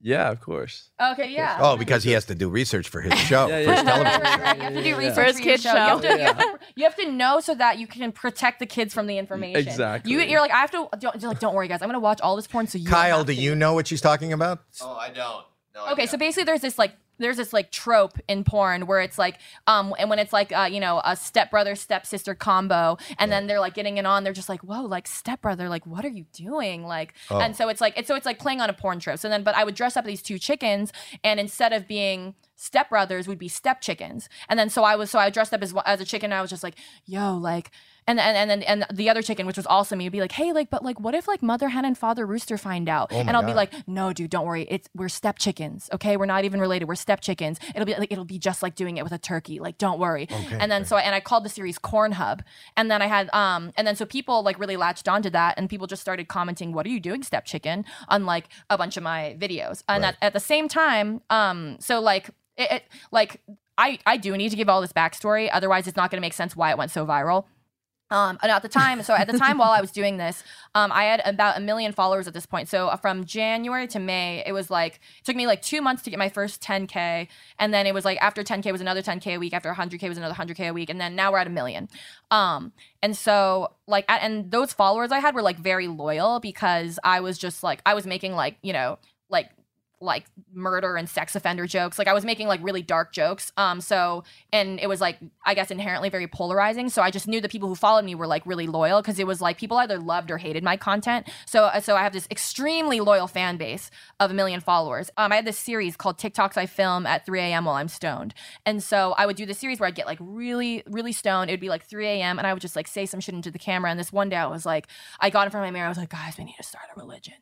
S3: Yeah, of course.
S4: Okay, yeah.
S1: Oh, because he has to do research
S4: (laughs)
S1: for his show,
S3: Yeah,
S1: for
S3: yeah,
S1: his
S3: yeah.
S4: Right,
S1: television.
S4: right, right, (laughs) right. You have to do
S3: Yeah.
S4: research
S2: First
S4: for your
S2: kid
S4: You, have
S2: show.
S4: to, you, have to, you have to know so that you can protect the kids from the information.
S3: Exactly.
S4: You, you're like, I have to. Don't, you're like, don't worry, guys. I'm gonna watch all this porn. So you. don't
S1: Kyle,
S4: have
S1: do
S4: to."
S1: you know what she's talking about?
S7: Oh, I don't. No, I
S4: Okay, so
S7: don't.
S4: basically, there's this like. There's this like trope in porn where it's like, um, and when it's like, uh, you know, a stepbrother stepsister combo, and then they're like getting it on. They're just like, whoa, like stepbrother, like what are you doing, like?
S1: Oh.
S4: And so it's like, it's so it's like playing on a porn trope. So then, but I would dress up these two chickens, and instead of being stepbrothers, would be step chickens. And then so I was, so I dressed up as as a chicken. And I was just like, yo, like, and and and then and the other chicken, which was also me, would be like, hey, like, but like, what if like mother hen and father rooster find out?
S1: Oh my
S4: and I'll be
S1: God.
S4: like like, no, dude, don't worry. It's we're step chickens, okay? We're not even related. We're step chickens. It'll be like it'll be just like doing it with a turkey. Like, don't worry. and then so I, and I called the series Corn Hub, and then I had um and then so people like really latched onto that, and people just started commenting, "What are you doing, step chicken?" on like a bunch of my videos, and
S1: Right.
S4: at, at the same time, um, so like it, it like. I, I do need to give all this backstory, otherwise it's not going to make sense why it went so viral. Um, and at the time, so at the time while I was doing this, um, I had about a million followers at this point. So uh, from January to May, it was like it took me like two months to get my first 10k, and then it was like after 10k was another 10k a week, after 100k was another 100k a week, and then now we're at a million. Um, and so like a- and those followers I had were like very loyal because I was just like I was making like you know like like murder and sex offender jokes. Like I was making like really dark jokes. Um so and it was like I guess inherently very polarizing. So I just knew the people who followed me were like really loyal because it was like people either loved or hated my content. So uh, so I have this extremely loyal fan base of a million followers. Um I had this series called TikToks I film at 3 a.m. while I'm stoned. And so I would do this series where I'd get like really, really stoned. It would be like 3 a.m. and I would just like say some shit into the camera. And this one day I was like, I got in front of my mirror, I was like, guys, we need to start a religion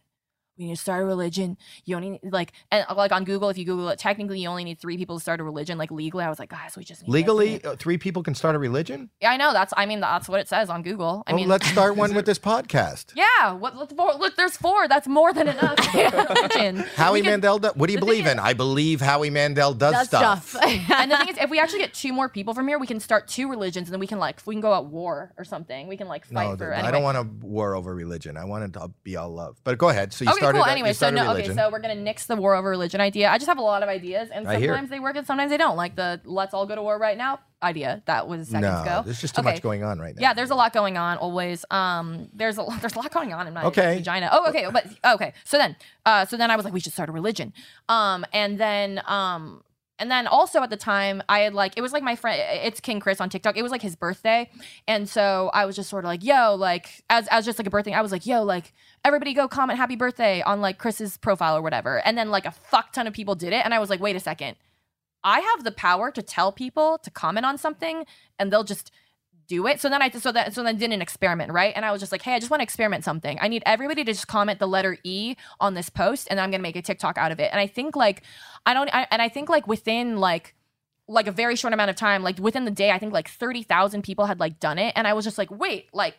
S4: we need to start a religion. You only need, like and like on Google, if you Google it, technically you only need three people to start a religion. Like legally, I was like, guys, we just need
S1: Legally,
S4: this.
S1: uh, three people can start a religion.
S4: Yeah, I know that's. I mean, that's what it says on Google. I
S1: well, Oh,
S4: mean, (laughs)
S1: let's start one with this podcast.
S4: yeah. What? Look, four, look, there's four. That's more
S1: (laughs)
S4: than enough. (laughs) Religion.
S1: Howie
S4: We can-
S1: Mandel, do- what do you
S4: the thing
S1: believe in?
S4: is-
S1: I believe Howie Mandel does,
S2: That's
S1: stuff.
S2: tough.
S4: and the thing is, if we actually get two more people from here, we can start two religions, and then we can like we can go at war or something. We can like fight
S1: No,
S4: for.
S1: th- I
S4: anyway.
S1: don't want to war over religion. I want it to be all love. But go ahead. So you
S4: okay,
S1: started.
S4: cool.
S1: a- you
S4: Anyway, so
S1: started
S4: no, okay,
S1: religion.
S4: so we're gonna nix the war over religion idea. I just have a lot of ideas, and
S1: I hear it.
S4: sometimes they work and sometimes they don't. Like the "let's all go to war right now" idea that was seconds
S1: no,
S4: ago.
S1: there's just too much going on right now.
S4: Yeah, there's a lot going on always. Um, there's a (laughs) lot, there's a lot going on in my
S1: Okay.
S4: vagina. Oh, okay, but okay. So then, uh, so then I was like, we should start a religion. Um, and then, um, and then also at the time, I had like it was like my friend, it's King Chris on TikTok. It was like his birthday, and so I was just sort of like, yo, like as as just like a birthday, I was like, yo, like everybody go comment happy birthday on like Chris's profile or whatever. And then like a fuck ton of people did it, and I was like, wait a second. I have the power to tell people to comment on something and they'll just do it. So then I so that so then I did an experiment, right? And I was just like, hey, I just want to experiment something. I need everybody to just comment the letter E on this post, and I'm gonna make a TikTok out of it. And I think like I don't I, and I think like within like like a very short amount of time, like within the day, I think like thirty thousand people had like done it, and I was just like, wait, like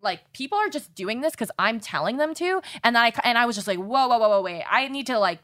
S4: like people are just doing this because I'm telling them to, and then I and I was just like, whoa, whoa, whoa, whoa, wait, I need to like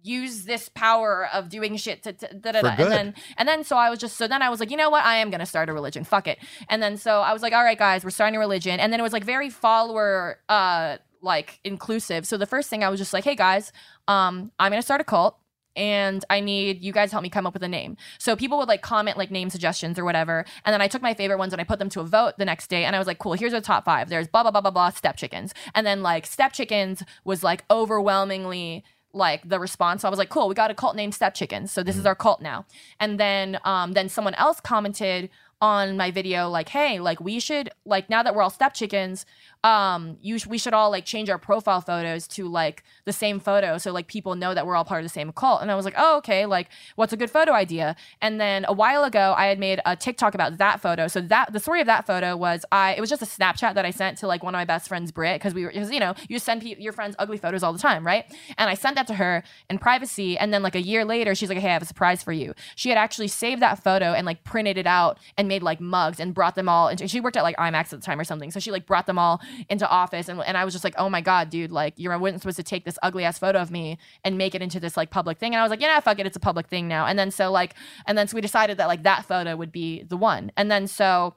S4: use this power of doing shit to, to da, da,
S1: For
S4: da.
S1: good.
S4: and then and then so I was just so then I was like, you know what? I am gonna start a religion. Fuck it. And then so I was like, all right, guys, we're starting a religion. And then it was like very follower uh like inclusive. So the first thing I was just like, hey guys, um, I'm gonna start a cult and I need you guys to help me come up with a name. So people would like comment like name suggestions or whatever. And then I took my favorite ones and I put them to a vote the next day. And I was like, cool, here's our top five. There's blah, blah, blah, blah, blah, step chickens. And then like step chickens was like overwhelmingly like the response. So I was like, cool, we got a cult named step chickens. So this is our cult now. And then, um, then someone else commented on my video like, hey, like we should like now that we're all step chickens, um, you sh- we should all like change our profile photos to like the same photo so like people know that we're all part of the same cult. And I was like, oh okay, like what's a good photo idea? And then a while ago, I had made a TikTok about that photo. So that the story of that photo was I it was just a Snapchat that I sent to like one of my best friends, Britt, because we were because you know you send pe- your friends ugly photos all the time, right? And I sent that to her in privacy, and then like a year later, she's like, hey, I have a surprise for you. She had actually saved that photo and like printed it out and made like mugs and brought them all. And she worked at like IMAX at the time or something, so she like brought them all into office, and and I was just like, oh my god, dude, like you weren't supposed to take this ugly ass photo of me and make it into this like public thing. And I was like, yeah, fuck it, it's a public thing now. And then so like, and then so we decided that like that photo would be the one. And then so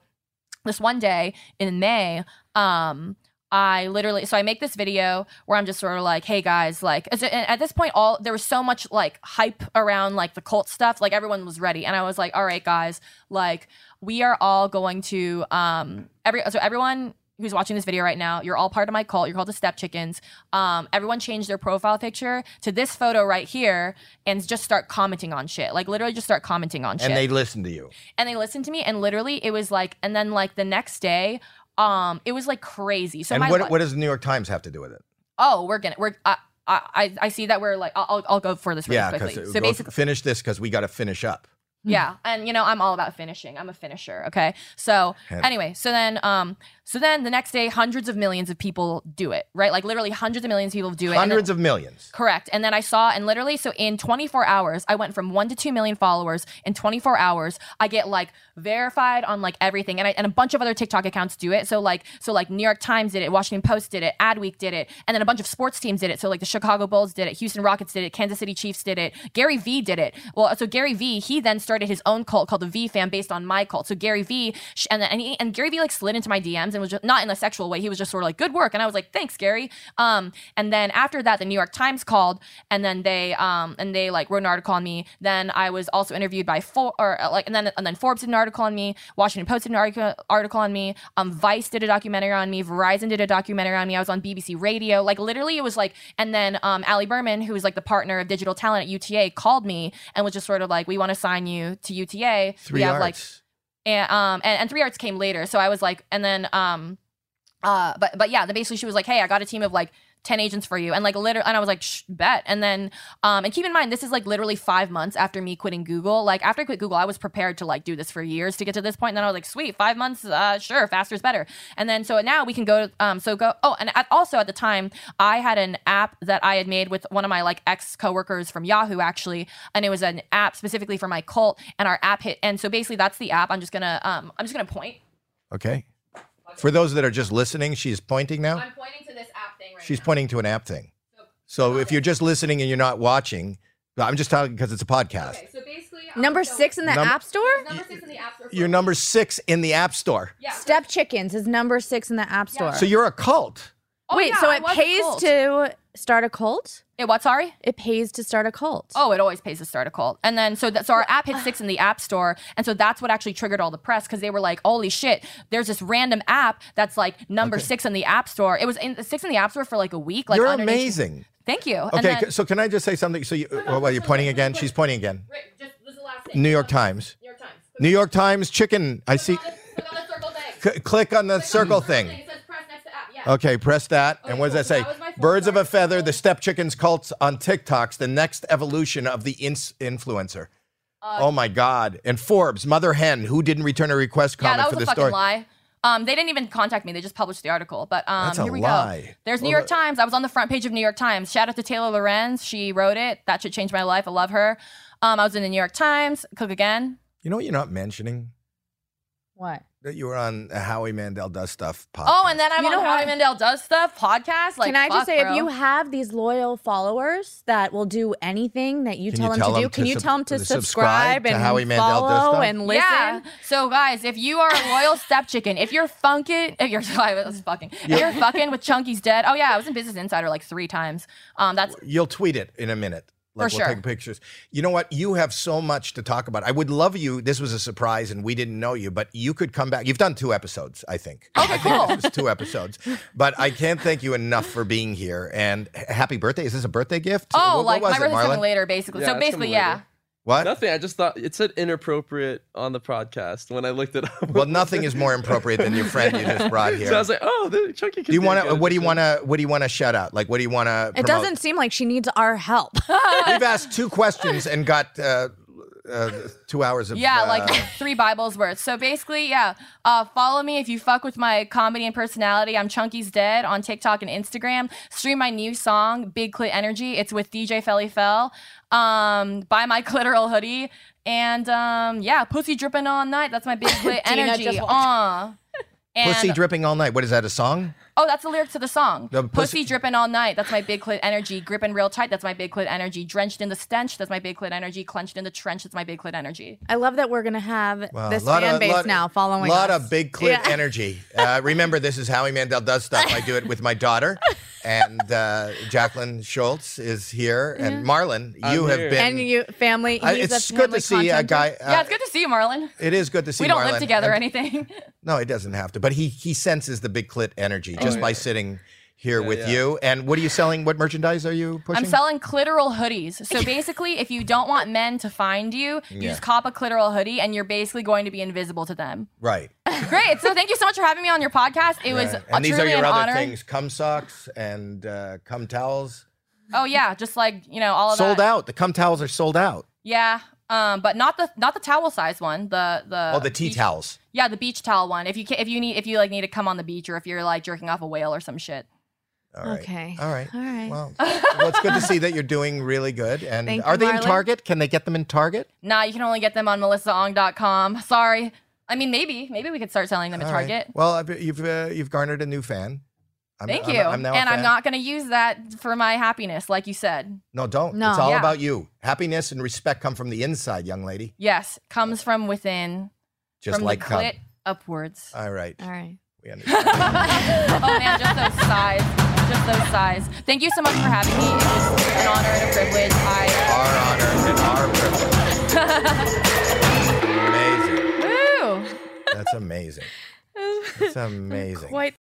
S4: this one day in May, um, I literally so I make this video where I'm just sort of like, hey guys, like as- and at this point, all there was so much like hype around like the cult stuff, like everyone was ready, and I was like, all right, guys, like we are all going to um every so everyone who's watching this video right now, you're all part of my cult. You're called the Step Chickens. Um, everyone changed their profile picture to this photo right here and just start commenting on shit. Like literally, just start commenting on shit
S1: and they listen to you.
S4: and they listened to me and literally it was like and then like the next day um it was like crazy so
S1: and
S4: my
S1: what,
S4: li-
S1: what does the New York Times have to do with it?
S4: oh we're gonna we're I, I i see that we're like I'll- i'll, I'll go for this really
S1: yeah,
S4: quickly
S1: because
S4: so basically
S1: finish this because we got to finish up.
S4: yeah and you know i'm all about finishing i'm a finisher okay so
S1: Yeah.
S4: anyway so then um so then the next day hundreds of millions of people do it right like literally hundreds of millions of people do it and then-
S1: Hundreds of millions.
S4: Correct. And then I saw, and literally, so in 24 hours, I went from one to two million followers. In 24 hours, I get like verified on like everything, and I, and a bunch of other TikTok accounts do it. So like, so like New York Times did it, Washington Post did it, Adweek did it, and then a bunch of sports teams did it. So like the Chicago Bulls did it, Houston Rockets did it, Kansas City Chiefs did it, Gary Vee did it. Well, so Gary Vee, he then started his own cult called the V Fam based on my cult. So Gary Vee, sh- and and, he, and Gary Vee like slid into my DMs and was just not in a sexual way. He was just sort of like, good work, and I was like, thanks, Gary. Um, and then after that, the New York Times called, and then they um and they like wrote an article on me. Then I was also interviewed by For or uh, like and then and then Forbes did an article on me. Washington Post did an article article on me. Um, Vice did a documentary on me. Verizon did a documentary on me. I was on BBC Radio. Like literally, it was like and then um Ali Berman, who is like the partner of digital talent at UTA, called me and was just sort of like, we want to sign you to UTA.
S1: Three
S4: we
S1: arts.
S4: have like and um and, and three arts came later so i was like and then um uh but but yeah then basically she was like hey i got a team of like 10 agents for you and like literally and i was like Shh, bet and then um and keep in mind this is like literally five months after me quitting google like after i quit google i was prepared to like do this for years to get to this point and then i was like sweet five months uh sure faster is better and then so now we can go um so go oh and at, also at the time i had an app that i had made with one of my like ex coworkers from yahoo actually and it was an app specifically for my cult and our app hit and so basically that's the app i'm just gonna um i'm just gonna point
S1: Okay. For those that are just listening, she's pointing now.
S4: i'm pointing to this app thing right
S1: She's
S4: now.
S1: pointing to an app thing. So if you're just listening and you're not watching, I'm just talking because it's a podcast.
S4: okay so basically I'm
S2: (laughs) Number
S4: so-
S2: six in the
S1: Num-
S2: App Store?
S4: number six in the app store for-
S1: You're number six in the app store.
S4: yeah
S2: Step Chickens is number six in the App Store.
S1: So you're a cult.
S4: Oh,
S2: Wait,
S4: yeah,
S2: so
S4: I
S2: it
S4: was a
S2: pays
S4: cult.
S2: to start a cult?
S4: it what sorry
S2: It pays to start a cult.
S4: Oh, it always pays to start a cult. And then so that so our app hit six in the app store, and so that's what actually triggered all the press because they were like, "Holy shit! There's this random app that's like number six in the app store." It was in six in the app store for like a week. Like
S1: you're
S4: underneath-
S1: amazing.
S4: Thank you.
S1: Okay,
S4: and then,
S1: c- so can I just say something? So you, well, well, you're pointing again. She's pointing again.
S4: Rick, just, this is the last thing.
S1: New York Times.
S4: New York
S1: (laughs)
S4: Times.
S1: New York Times chicken. I see.
S4: Click on the circle thing.
S1: C- click on the circle thing.
S4: It says press next to app. Yeah.
S1: Okay, press that.
S4: Okay,
S1: and what does
S4: cool.
S1: that say?
S4: That was my fourth
S1: Birds of a
S4: card.
S1: feather, the step chickens cults on TikToks, the next evolution of the ins- influencer.
S4: Uh,
S1: oh my God. And Forbes, mother hen, who didn't return a request
S4: Yeah,
S1: comment
S4: that
S1: for
S4: was
S1: the
S4: a fucking
S1: story.
S4: lie. Um, they didn't even contact me. They just published the article. But um,
S1: That's a
S4: here we
S1: lie.
S4: go. There's New
S1: Well,
S4: York Times. I was on the front page of New York Times. Shout out to Taylor Lorenz. She wrote it. That should change my life. I love her. Um, I was in the New York Times. Cook again.
S1: You know what you're not mentioning?
S2: What?
S1: that you were on a Howie Mandel Does Stuff podcast.
S4: Oh, and then I'm
S2: You
S4: on
S2: know
S4: Howie
S2: what?
S4: Mandel Does Stuff podcast. Like,
S2: Can I
S4: fuck,
S2: just say,
S4: bro.
S2: if
S4: (laughs)
S2: you have these loyal followers that will do anything that you
S1: Can
S2: tell
S1: you
S2: them
S1: tell
S2: to do,
S1: them
S2: can
S1: to
S2: you
S1: sub-
S2: tell them to
S1: to
S2: subscribe
S1: subscribe to
S2: and
S1: Howie Mandel does
S2: follow
S1: stuff?
S2: and listen?
S4: Yeah. So guys, if you are a loyal step chicken, if you're funkin', if you're (laughs) I was fucking, if you're fucking with Chunky's dead. Oh yeah, I was in Business Insider like three times. Um, that's
S1: You'll tweet it in a minute. Like
S4: For
S1: we'll
S4: sure.
S1: take pictures. You know what? You have so much to talk about. I would love you. This was a surprise and we didn't know you, but you could come back. You've done two episodes, I think.
S4: Okay,
S1: I think
S4: cool.
S1: This is two episodes. But I can't thank you enough for being here. And h- happy birthday. Is this a birthday gift? Wh-
S4: oh
S1: what
S4: like
S1: was
S4: my
S1: it,
S4: birthday's
S1: Marlon?
S4: coming later, basically.
S3: Yeah,
S4: so
S3: it's
S4: basically,
S3: coming
S4: yeah.
S3: later.
S1: What?
S3: Nothing. I just thought it said inappropriate on the podcast when I looked it up.
S1: Well, nothing is (laughs) more inappropriate than your friend you just brought here.
S3: (laughs) So I was like, oh, the Chunky.
S1: do you want to? What do you want to? What do you want to shout out? Like, what do you want to?
S2: It doesn't seem like she needs our help. (laughs)
S1: We've asked two questions and got uh, uh, two hours of
S4: Yeah,
S1: uh,
S4: like (laughs) three Bibles worth. So basically, yeah. Uh, follow me if you fuck with my comedy and personality. I'm Chunky's Dead on TikTok and Instagram. Stream my new song, Big Clit Energy. It's with DJ Felly Fell. Um, buy my (laughs) clitoral hoodie. And um, yeah, pussy dripping all night. That's my big clit
S8: Dina
S4: energy.
S8: just
S4: Uh. And,
S1: pussy dripping all night. What is that? A song?
S4: oh, that's the lyrics to the song.
S1: The
S4: pussy,
S1: pussy-
S4: dripping all night. That's my big clit energy. Gripping real tight. That's my big clit energy. Drenched in the stench. That's my big clit energy. Clenched in the trench. That's my big clit energy.
S2: I love that we're gonna have
S1: Wow,
S2: this
S1: lot
S2: fan
S1: of-
S2: base
S1: lot-
S2: now following.
S1: lot
S2: us.
S1: of big clit
S4: (laughs)
S2: Yeah.
S1: energy. Uh, remember, this is Howie Mandel does stuff. I do it with my daughter, and uh, Jacqueline Schultz is here, and Marlon,
S3: I'm
S1: you have
S3: here.
S1: been.
S2: (laughs) and you family.
S1: I-
S2: he's
S1: it's
S2: a
S1: good
S2: family
S1: to see a
S2: content.
S1: guy. Uh,
S4: yeah, it's good to see you, Marlon.
S1: It is good to see.
S4: we don't
S1: Marlon.
S4: live together or
S1: And- (laughs)
S4: anything.
S1: No, it doesn't have to. But he he senses the big clit energy
S4: Oh,
S1: just by sitting here with
S3: yeah.
S1: you. And what are you selling? What merchandise are you pushing?
S4: I'm selling clitoral hoodies. So basically, if you don't want men to find you, you
S1: Yeah.
S4: just cop a clitoral hoodie and you're basically going to be invisible to them.
S1: right.
S4: Great. So thank you so much for having me on your podcast. It was
S1: Right.
S4: uh,
S1: and these are
S4: truly
S1: your
S4: an
S1: other
S4: honor.
S1: things: cum socks and uh, cum towels.
S4: Oh yeah, just like, you know, all of
S1: Sold
S4: that.
S1: out. The cum towels are sold out.
S4: Yeah. Um, but not the not the towel size one, the the
S1: oh, the tea
S4: beach-
S1: towels.
S4: Yeah, the beach towel one. If you can, if you need if you like need to come on the beach or if you're like jerking off a whale or some shit.
S1: All right.
S2: Okay.
S1: All right.
S2: All right.
S4: (laughs)
S1: Well, well, it's good to see that you're doing really good. And
S2: Thank
S1: are
S2: you,
S1: they in
S2: Marlon.
S1: Target? Can they get them in Target?
S4: Nah, you can only get them on melissaong.com. Sorry. I mean, maybe maybe we could start selling them at
S1: All right.
S4: Target.
S1: Well, I bet you've uh, you've garnered a new fan. I'm,
S4: Thank
S1: I'm-
S4: you.
S1: I'm now a
S4: and I'm
S1: fan.
S4: not going to use that for my happiness, like you said.
S1: No, don't.
S2: No.
S1: It's all
S4: Yeah.
S1: about you. Happiness and respect come from the inside, young lady.
S4: Yes, comes from within,
S1: Just
S4: from
S1: like um, uh, cum.
S4: the clit upwards.
S1: All right.
S2: All right.
S1: We understand.
S4: oh man, just those sighs, just those sighs. Thank you so much for having me. It was an honor and a privilege. I
S1: our honor and our
S4: (laughs)
S1: privilege. amazing.
S4: Woo! (laughs)
S1: That's amazing. That's amazing.